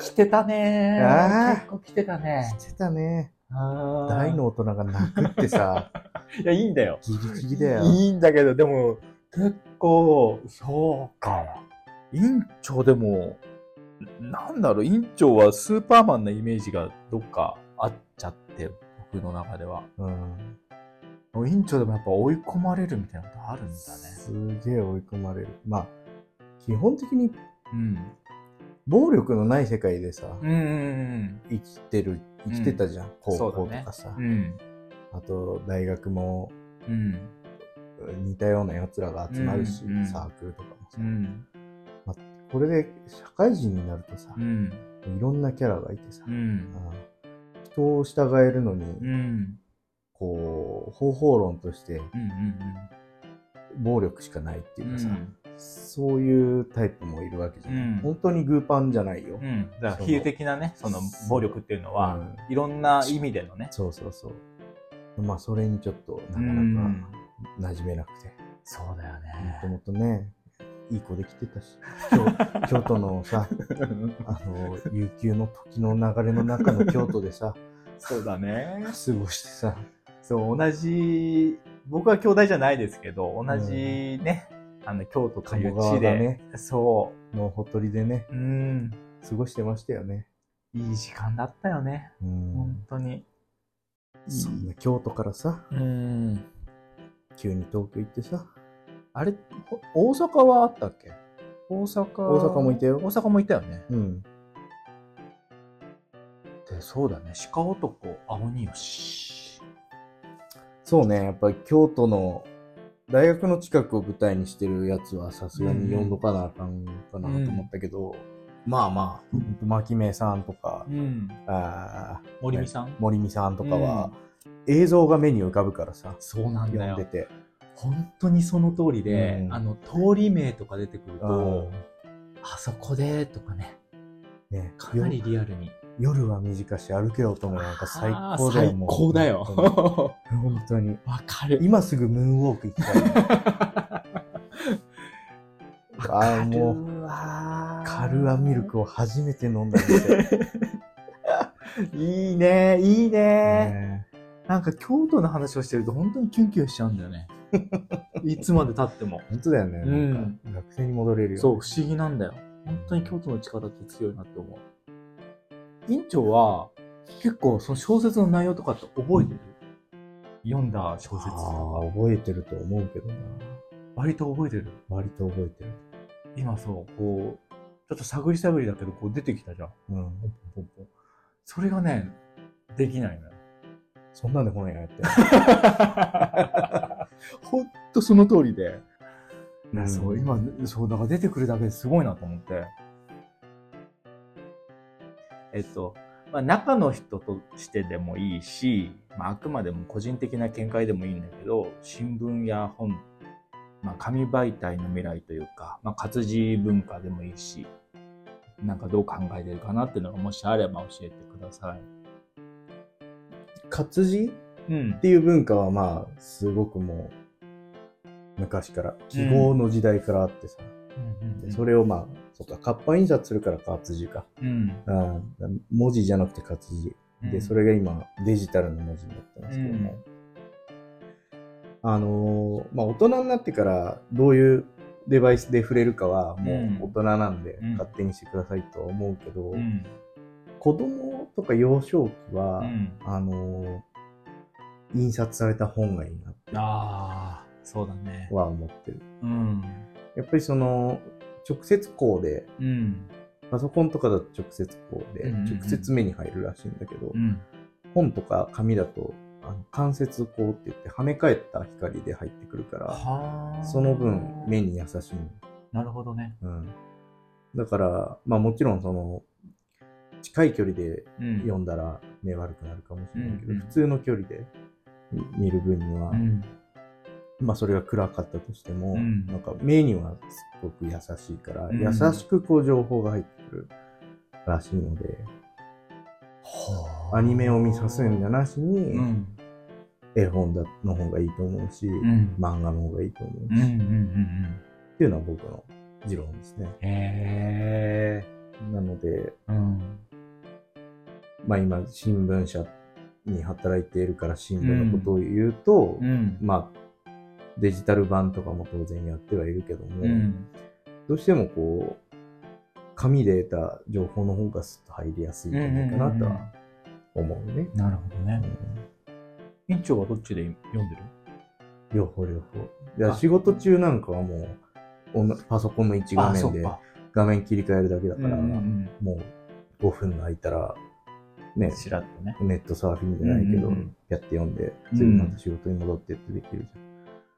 Speaker 2: 来てたね
Speaker 1: あー
Speaker 2: 結構来てたね
Speaker 1: してたね。
Speaker 2: あー
Speaker 1: 大の大人が泣くって さ、
Speaker 2: いや、いいんだよ。
Speaker 1: ギリギリだよ。
Speaker 2: いいんだけど、でも、結構、そうか。委員長でも、なんだろう、委員長はスーパーマンのイメージがどっかあっちゃって、僕の中では。
Speaker 1: うん。
Speaker 2: 委員長でもやっぱ追い込まれるみたいなことあるんだね。
Speaker 1: すげえ追い込まれる。まあ、基本的に
Speaker 2: うん。
Speaker 1: 暴力のない世界でさ、
Speaker 2: うん。
Speaker 1: 生きてる、生きてたじゃん。高
Speaker 2: そ
Speaker 1: 校
Speaker 2: うだね
Speaker 1: とかさ。
Speaker 2: うん。
Speaker 1: あと、大学も
Speaker 2: うん。
Speaker 1: 似たような奴らが集まるし、
Speaker 2: うんうん
Speaker 1: サークルとかもさ。
Speaker 2: うん。
Speaker 1: これで社会人になるとさ、
Speaker 2: うん。
Speaker 1: いろんなキャラがいてさ、
Speaker 2: うん。
Speaker 1: ああ人を従えるのに、
Speaker 2: うん。
Speaker 1: こう、方法論として
Speaker 2: うん。
Speaker 1: 暴力しかないっていうかさ、
Speaker 2: うん
Speaker 1: そういうタイプもいるわけじゃん。
Speaker 2: うん
Speaker 1: 本当にグーパンじゃないよ。
Speaker 2: うん。だから、比喩的なね、その暴力っていうのは、
Speaker 1: うん
Speaker 2: いろんな意味でのね。
Speaker 1: そうそうそう。まあ、それにちょっとなか
Speaker 2: う
Speaker 1: なんか馴染めなくて。
Speaker 2: そうだよ
Speaker 1: もともと
Speaker 2: ね。
Speaker 1: ね、いい子できてたし、 京京都のさ、あの、悠久の時の流れの中の京都で さ、
Speaker 2: そうだね。
Speaker 1: 過ごしてさ、
Speaker 2: そう、同じ、僕は兄弟じゃないですけど、同じね、あの、京都という
Speaker 1: 鴨川が
Speaker 2: 地で、
Speaker 1: ね
Speaker 2: そ
Speaker 1: のほとりでね、
Speaker 2: う、うん、
Speaker 1: 過ごしてましたよね。
Speaker 2: いい時間だったよね、
Speaker 1: うん
Speaker 2: 本。当に。
Speaker 1: そんな京都からさ、
Speaker 2: うん。
Speaker 1: 急に東京行ってさ、
Speaker 2: あれ、ほ大阪はあったっけ大阪。
Speaker 1: 大阪もいたよ
Speaker 2: 大阪もいたよね。
Speaker 1: うん。
Speaker 2: で、そうだね、鹿男、青によし。
Speaker 1: そうね、やっぱり京都の、大学の近くを舞台にしてるやつはさすがに4度かなあかんかなと思ったけど、まあまあ、ほんと牧目さんとか、
Speaker 2: うん。
Speaker 1: あー
Speaker 2: 森美さん
Speaker 1: 森美さんとかは、映像が目に浮かぶからさ、
Speaker 2: そうなん
Speaker 1: 読
Speaker 2: だ
Speaker 1: んで
Speaker 2: よ。
Speaker 1: て。
Speaker 2: 本当にその通りで、
Speaker 1: うん
Speaker 2: あの、通り名とか出てくる
Speaker 1: う
Speaker 2: と、あそこでとかね、
Speaker 1: んね
Speaker 2: かなりリアルに。
Speaker 1: 夜は短し歩けようともなんか最
Speaker 2: あー
Speaker 1: 高だよ。もう
Speaker 2: 最高だよ。
Speaker 1: 本当に本当に。
Speaker 2: わかる。
Speaker 1: 今すぐムーンウォーク行きた い。ああ、もう、
Speaker 2: うわー
Speaker 1: カルアミルクを初めて飲んだ店。
Speaker 2: いいね、いいね。
Speaker 1: ね
Speaker 2: なんか京都の話をしてると本当にキュンキュンしちゃうんだ よね。いつまで経っても。
Speaker 1: 本当だよね。
Speaker 2: うん
Speaker 1: なんか学生に戻れるよ。
Speaker 2: そう、不思議なんだよ。本当に京都の力って強いなって思う。院長は、結構その小説の内容とかって覚えてる、読んだ小
Speaker 1: あ
Speaker 2: 説
Speaker 1: あ、覚えてると思うけどな。
Speaker 2: 割と覚えてる。
Speaker 1: 割と覚えてる。
Speaker 2: 今そう、こう、ちょっと探り探りだけど、こう出てきたじゃん。
Speaker 1: うん。
Speaker 2: ポンポンそれがね、できないの よ。
Speaker 1: そんなんで本屋やってる。
Speaker 2: ほんとその通りで。
Speaker 1: うん
Speaker 2: そう、今、そう、だから出てくるだけですごいなと思って。えっと、まあ、中の人としてでもいいし、まあ、あくまでも個人的な見解でもいいんだけど、新聞や本、まあ、紙媒体の未来というか、まあ、活字文化でもいいし、なんかどう考えてるかなっていうのがもしあれば教えてくださ
Speaker 1: 活字
Speaker 2: い。うん
Speaker 1: っ。ていう文化はまあすごくもう昔から記号の時代からあってさ、でそれをまあそっか活版印刷するから活字か、
Speaker 2: うん。
Speaker 1: うん、文字じゃなくて活字でそれが今デジタルの文字になってますけども、あのーまあ大人になってからどういうデバイスで触れるかはもう大人なんで
Speaker 2: うん
Speaker 1: 勝手にしてくださいとは思うけど、
Speaker 2: うん。
Speaker 1: 子供とか幼少期は、
Speaker 2: うん
Speaker 1: あのー印刷された本がいいなって
Speaker 2: ああ、そうだね。
Speaker 1: は思ってる。
Speaker 2: うん。
Speaker 1: やっぱりその、直接こうで、
Speaker 2: うん。
Speaker 1: パソコンとかだと直接こうで、
Speaker 2: うんうんうん
Speaker 1: 直接目に入るらしいんだけど、
Speaker 2: うん。
Speaker 1: 本とか紙だと、あの関節光って言って跳ね返った光で入ってくるから、
Speaker 2: はあ。
Speaker 1: その分目に優しいの。
Speaker 2: なるほどね。
Speaker 1: うん。だから、まあもちろんその、近い距離で
Speaker 2: うん
Speaker 1: 読んだら目悪くなるかもしれないけど、
Speaker 2: うんうん
Speaker 1: 普通の距離で見見る分には、
Speaker 2: うん。
Speaker 1: まあそれが暗かったとしても、
Speaker 2: うん
Speaker 1: なんか目にはすごく優しいから、
Speaker 2: うん
Speaker 1: 優しくこう情報が入ってくるらしいので、
Speaker 2: は
Speaker 1: アニメを見させるんじゃ
Speaker 2: な
Speaker 1: なし
Speaker 2: い
Speaker 1: に、
Speaker 2: うん。
Speaker 1: 絵本だの方がいいと思うし、
Speaker 2: うん。
Speaker 1: 漫画の方がいいと思うし、
Speaker 2: うんうんう
Speaker 1: っ
Speaker 2: ん
Speaker 1: ていうのは僕の持論ですね。
Speaker 2: うん。へえ。
Speaker 1: なので、
Speaker 2: うん。
Speaker 1: まあ今新聞社に働いているから新聞のことを言うと、
Speaker 2: うん。
Speaker 1: まあデジタル版とかも当然やってはいるけども、
Speaker 2: うん。
Speaker 1: どうしてもこう、紙で得た情報の方がすっと入りやすいんじゃないかなとは思うね。
Speaker 2: なるほどね。院長はどっちで読んでる
Speaker 1: 両方両方。いや仕事中なんかはもうおん、パソコンの一画面で
Speaker 2: か。
Speaker 1: 画面切り替えるだけだ
Speaker 2: う
Speaker 1: か
Speaker 2: ん
Speaker 1: ら、
Speaker 2: うん
Speaker 1: もう5分空いたら、
Speaker 2: う
Speaker 1: ね
Speaker 2: ん。、しらっとね。
Speaker 1: ネットサーフィンじゃないけど、
Speaker 2: うんうんうん
Speaker 1: やって読んで、
Speaker 2: うん
Speaker 1: 次また仕事に戻ってってできるじ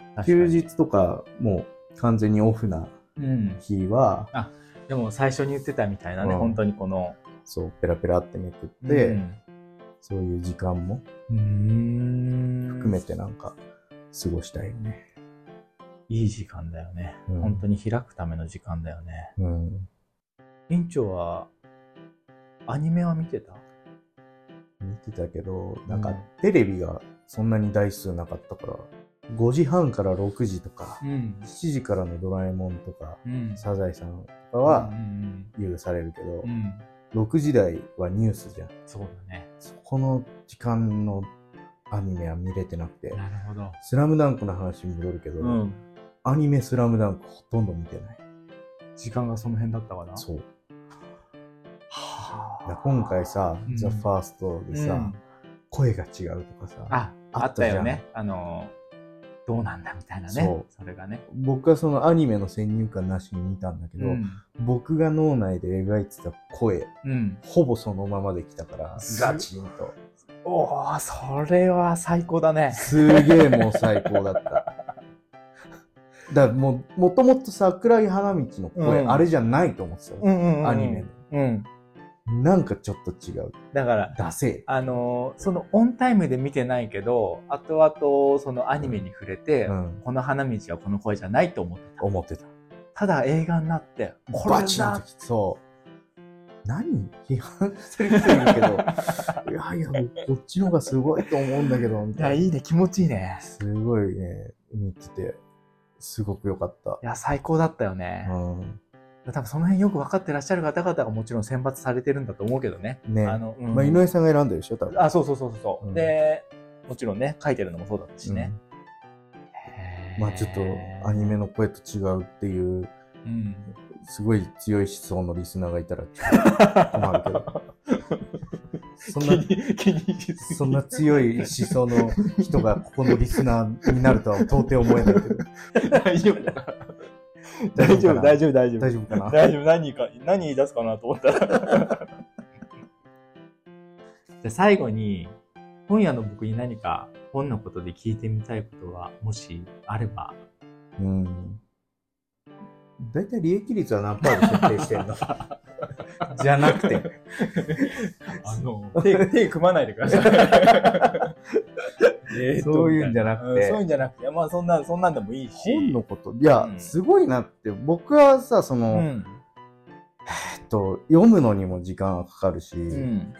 Speaker 1: ゃん。
Speaker 2: 確か
Speaker 1: 休
Speaker 2: に。
Speaker 1: 日とか、もう完全にオフな
Speaker 2: うん。
Speaker 1: 日は、
Speaker 2: でも最初に言ってたみたいなね、
Speaker 1: うん
Speaker 2: 本当にこの。
Speaker 1: そう、ペラペラってめくって、そういう時間も
Speaker 2: うん、
Speaker 1: 含めてなんか過ごしたいよね。
Speaker 2: いい時間だよね。
Speaker 1: うん
Speaker 2: 本当に開くための時間だよね。
Speaker 1: うん。
Speaker 2: 院長は、アニメは見てた
Speaker 1: 見てたけど、なんかテレビがそんなに台数なかったから、5時半から6時とか、
Speaker 2: うん。
Speaker 1: 7時からのドラえもんとか、
Speaker 2: うん
Speaker 1: サザエさんとか
Speaker 2: う
Speaker 1: は
Speaker 2: ん
Speaker 1: 許されるけど
Speaker 2: うんう、ん。
Speaker 1: 6時台はニュースじゃん。
Speaker 2: そうだね。
Speaker 1: そこの時間のアニメは見れてなくて、
Speaker 2: なるほど。
Speaker 1: スラムダンクの話に戻るけど、
Speaker 2: うん。
Speaker 1: アニメスラムダンクほとんど見てない。
Speaker 2: 時間がその辺だったかな。
Speaker 1: そう。
Speaker 2: はあ
Speaker 1: だから今回さ、
Speaker 2: うん
Speaker 1: ザ・ファーストでさ、
Speaker 2: うん
Speaker 1: 声が違うとかさ、
Speaker 2: あ、あ
Speaker 1: あ
Speaker 2: っ
Speaker 1: ったたじゃん
Speaker 2: よね。あの、どうなんだみたいなね。
Speaker 1: そう
Speaker 2: それがね。
Speaker 1: 僕はそのアニメの先入観なしに見たんだけど、僕が脳内で描いてた声
Speaker 2: うん。
Speaker 1: ほぼそのままできたから
Speaker 2: す
Speaker 1: ガチンと
Speaker 2: おおそれは最高だね。
Speaker 1: すげえもう最高だっただからもうもともと桜木花道の声、
Speaker 2: うん
Speaker 1: あれじゃないと思ってたの、
Speaker 2: ん
Speaker 1: アニメ
Speaker 2: う
Speaker 1: の
Speaker 2: ん。
Speaker 1: なんかちょっと違う
Speaker 2: だから、
Speaker 1: ダセ
Speaker 2: あのそのオンタイムで見てないけど、後々そのアニメに触れて、
Speaker 1: え、うん、
Speaker 2: この花道はこの声じゃないと思ってた。
Speaker 1: 思ってた
Speaker 2: ただ映画になって、これ
Speaker 1: バチンと
Speaker 2: だ
Speaker 1: きてそ何批判してる人いる けど、いやいや、こっちの方がすごいと思うんだけど、み
Speaker 2: いや、
Speaker 1: たいな。
Speaker 2: いいね、気持ちいいね。
Speaker 1: すごいね、見てて、すごく良かった
Speaker 2: い。や、最高だったよね。
Speaker 1: うん。
Speaker 2: 多分その辺よく分かってらっしゃる方々がもちろん選抜されてるんだと思うけどね。
Speaker 1: ね。
Speaker 2: あの、うん
Speaker 1: まあ、井上さんが選んでるでしょ、多分。
Speaker 2: あ、そうそうそうそう。
Speaker 1: うん
Speaker 2: で、もちろんね、書いてるのもそうだったしね。
Speaker 1: うんまあちょっとアニメの声と違うっていう、
Speaker 2: うん。
Speaker 1: すごい強い思想のリスナーがいたらちょっと困るけ ど。そんな
Speaker 2: 気に、 気にしすぎ
Speaker 1: そんな強い思想の人がここのリスナーになるとは到底思えないけど。
Speaker 2: 大丈夫だ。大丈夫、大丈夫、大丈夫。
Speaker 1: 大丈夫か な
Speaker 2: 大丈夫、何か、何言い出すかなと思 ったら。じゃあ最後に、今夜の僕に何か本のことで聞いてみたいことは、もしあれば。
Speaker 1: うん。大体利益率は何パーで設定してんの じゃなくて。
Speaker 2: あの、 手、手組まないでください。 えーっと
Speaker 1: そういうんじゃなくて
Speaker 2: うんそういうんじゃなくて、まあそんな、そんなんでもいいし。
Speaker 1: 本のこと。いや
Speaker 2: う、ん
Speaker 1: すごいなって。僕はさ、その、
Speaker 2: う
Speaker 1: え
Speaker 2: ん。
Speaker 1: っと、読むのにも時間がかかるし、
Speaker 2: うん。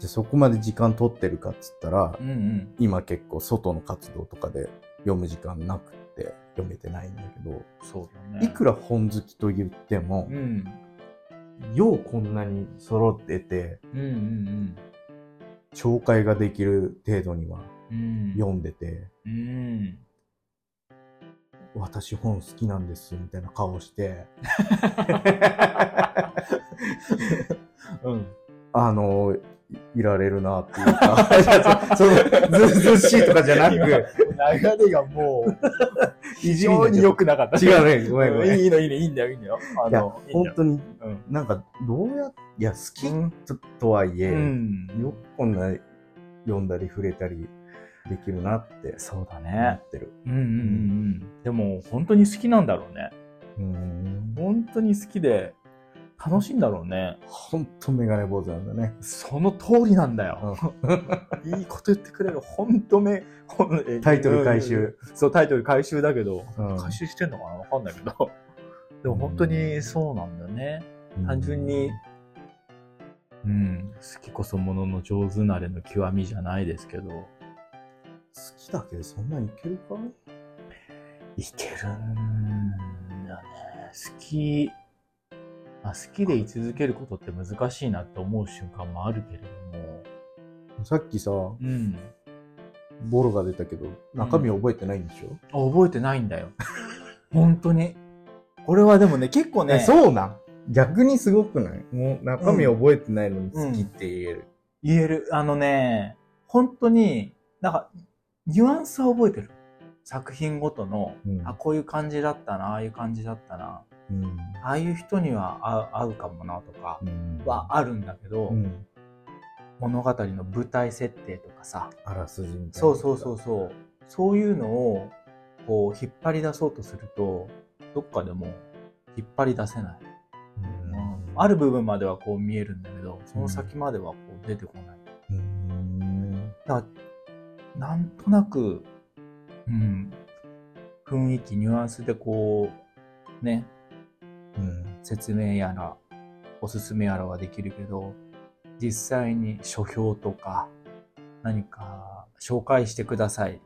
Speaker 1: じゃあそこまで時間取ってるかっつったら、
Speaker 2: うんうん。
Speaker 1: 今結構外の活動とかで読む時間なくて読めてないんだけど、
Speaker 2: そうだね。
Speaker 1: いくら本好きと言っても
Speaker 2: う、ん。
Speaker 1: ようこんなに揃ってて、
Speaker 2: うんうん
Speaker 1: 紹介ができる程度には
Speaker 2: うん。うん。
Speaker 1: 読んでて、
Speaker 2: うん。
Speaker 1: 私本好きなんですみたいな顔して、
Speaker 2: うん。
Speaker 1: あの、いいられるなっていう か、 いやそその、ずずっしいとかじゃな
Speaker 2: 今
Speaker 1: く、
Speaker 2: 流れがもう、
Speaker 1: 非
Speaker 2: 非常に良くなかった。
Speaker 1: 違うね、ごめんごめん。い
Speaker 2: いいの、いいの、いいんだよ、いいんだよ。あ
Speaker 1: や、
Speaker 2: の、いい
Speaker 1: 本
Speaker 2: んだよ。
Speaker 1: 当に
Speaker 2: うん、
Speaker 1: なんか、どうやっいや、好き
Speaker 2: うん
Speaker 1: ととはいえ、
Speaker 2: うん。
Speaker 1: よくこんな読んだり触れたりできるなって
Speaker 2: そうだ
Speaker 1: 思
Speaker 2: ね。
Speaker 1: ってる。
Speaker 2: うんうんうんうん。でも、本当に好きなんだろうね。
Speaker 1: うん。
Speaker 2: 本当に好きで、楽しいんだろうね。
Speaker 1: ほんとメガネ坊主なんだね。
Speaker 2: その通りなんだよ。 いいこと言ってくれる。本当め、ほんえ
Speaker 1: タイトル回収。
Speaker 2: うんそう、タイトル回収だけど、
Speaker 1: うん
Speaker 2: 回収してんのかなわかんないけど。でも本当にそうなんだよね。単純に、うん、好きこそものの上手なれの極みじゃないですけど、
Speaker 1: 好きだけどそんなにいけるか
Speaker 2: いけるんだね。好き、まあ、好きで居続けることって難しいなって思う瞬間もあるけれども、
Speaker 1: さっきさ、
Speaker 2: うん、
Speaker 1: ボロが出たけど、中身覚えてないんでしょ、
Speaker 2: あ覚えてないんだよ。 本当に。これはでもね、結構ね、
Speaker 1: そうなん逆にすごくないもう中身覚えてないのに
Speaker 2: うん
Speaker 1: 好きって言える。
Speaker 2: 言える。あのね、本当に、なんか、ニュアンスは覚えてる。作品ごとの、
Speaker 1: うん
Speaker 2: あ、こういう感じだったな、ああいう感じだったな、
Speaker 1: うん。
Speaker 2: ああいう人には合う合うかもなとか
Speaker 1: うん
Speaker 2: はあるんだけど、
Speaker 1: うん
Speaker 2: 物語の舞台設定とかさ、
Speaker 1: あらすじみたいな。
Speaker 2: そうそうそうそう、そういうのをこう引っ張り出そうとすると、どっかでも引っ張り出せない。
Speaker 1: うん。
Speaker 2: ある部分まではこう見えるんだけど、その先まではこう出てこない。
Speaker 1: うん。
Speaker 2: だからなんとなく、うん、雰囲気、ニュアンスでこう、ね、
Speaker 1: うん。
Speaker 2: 説明やら、おすすめやらはできるけど、実際に書評とか、何か紹介してください。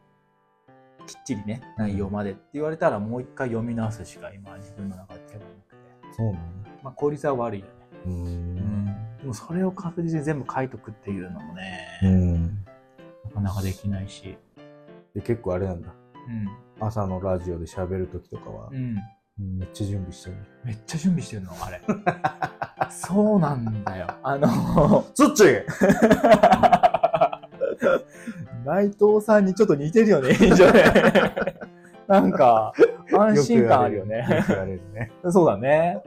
Speaker 2: きっちりね、内容までって言われたらもう一回読み直すしか今自分の中で手がなくて。
Speaker 1: そうなんだ。
Speaker 2: まあ効率は悪いよね。
Speaker 1: うん。
Speaker 2: でもそれを確実に全部書いとくっていうのもね、
Speaker 1: うん。
Speaker 2: なかなかできないし。
Speaker 1: で結構あれなんだ
Speaker 2: う
Speaker 1: 朝のラジオで喋る時とかは
Speaker 2: ん。う、ん。
Speaker 1: めっちゃ準備してる
Speaker 2: めっちゃ準備してるの、 あれ。そうなんだよ。あの、
Speaker 1: そっち
Speaker 2: 内藤さんにちょっと似てる よね、印象ね。なんか、安心感あるよね。
Speaker 1: 言われるね
Speaker 2: そうだね。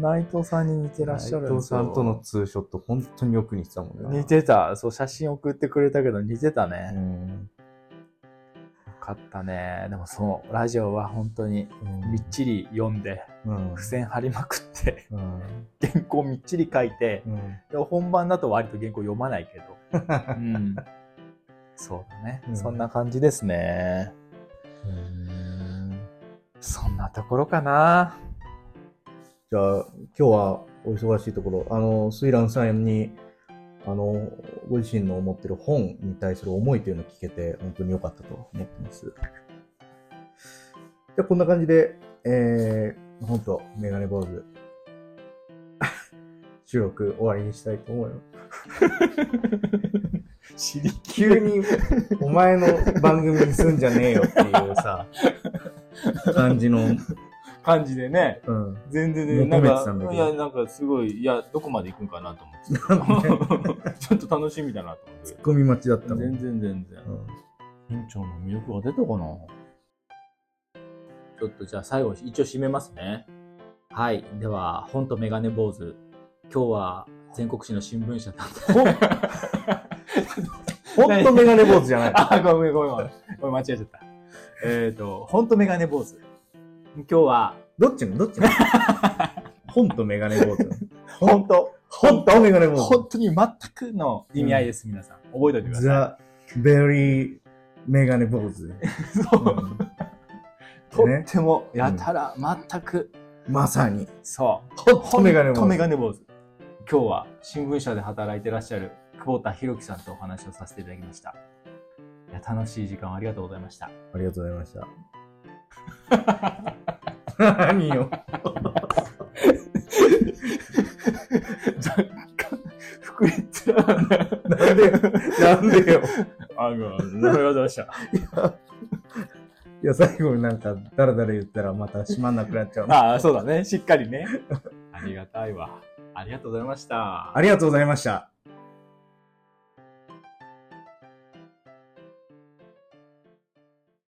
Speaker 2: 内藤さんに似てらっしゃる
Speaker 1: 内
Speaker 2: んで
Speaker 1: 藤
Speaker 2: すよ
Speaker 1: さんとのツーショット本当によく似てたもんね
Speaker 2: 似てた。そう、写真送ってくれたけど似てた
Speaker 1: う
Speaker 2: ね。
Speaker 1: ん
Speaker 2: よかったね。でもそう、ラジオは本当にみっちり読んで、
Speaker 1: うん
Speaker 2: 付箋貼りまくって、
Speaker 1: うん
Speaker 2: 原稿みっちり書いて、
Speaker 1: うん
Speaker 2: でも本番だと割と原稿読まないけど。うん、そうだね、
Speaker 1: うん
Speaker 2: そんな感じですね。そんなところかな。
Speaker 1: じゃあ今日はお忙しいところ、あの、スイランさんに、あの、ご自身の思ってる本に対する思いというのを聞けて、本当に良かったと思ってます。じゃあ、こんな感じで、えー、本とメガネ坊主、 収録終わりにしたいと思います。
Speaker 4: 知りき
Speaker 1: 急に、お前の番組にすんじゃねえよっていう さ、感じの、
Speaker 2: 感じでね、
Speaker 1: うん。
Speaker 2: 全然ね、
Speaker 1: 求
Speaker 2: なん
Speaker 1: めてたんだ
Speaker 2: か、
Speaker 1: け
Speaker 2: い
Speaker 1: ど
Speaker 2: や、なんかすごい、いや、どこまで行くんかなと思ってた ちょっと楽しみだなと思って
Speaker 1: ツッコミ待ちだったもん。
Speaker 2: 全然全然。
Speaker 1: うん
Speaker 2: 院長の魅力が出たかなちょっとじゃあ最後、一応締めますね。はい。では、本とメガネ坊主。今日は全国紙の新聞社だった。
Speaker 1: ほんとメガネ坊主じゃない。
Speaker 2: あ、ごめんごめんごめん。ごめん間違えちゃった。えっ、と、本とメガネ坊主。今日は、
Speaker 1: どっちのどっ ちの本とメガネ坊主。
Speaker 2: 本当
Speaker 1: 本とメガネ坊
Speaker 2: 本
Speaker 1: 主。
Speaker 2: 当に全くの意味合いです、皆さん。覚えておいてください。
Speaker 1: ザ・ベリーメガネ坊主。
Speaker 2: そうと
Speaker 1: ね
Speaker 2: っても、やたら、全く、
Speaker 1: まさに。
Speaker 2: そう。
Speaker 1: ほんとメガネ坊主
Speaker 2: ほんとメガネ坊主。今日は新聞社で働いてらっしゃる久保田博樹さんとお話をさせていただきました。いや楽しい時間をありがとうございました。
Speaker 1: ありがとうございました。 何よ。
Speaker 2: 若干、膨れてたね。
Speaker 1: なんでよ。なんでよ。
Speaker 2: あの、ありがとうござい ました。
Speaker 1: いや、最後になんか、だらだら言ったらまた閉まんなくなっちゃうな。
Speaker 2: あ あ、そうだね。しっかりね。ありがたいわ。ありがとうございました。
Speaker 1: ありがとうございました。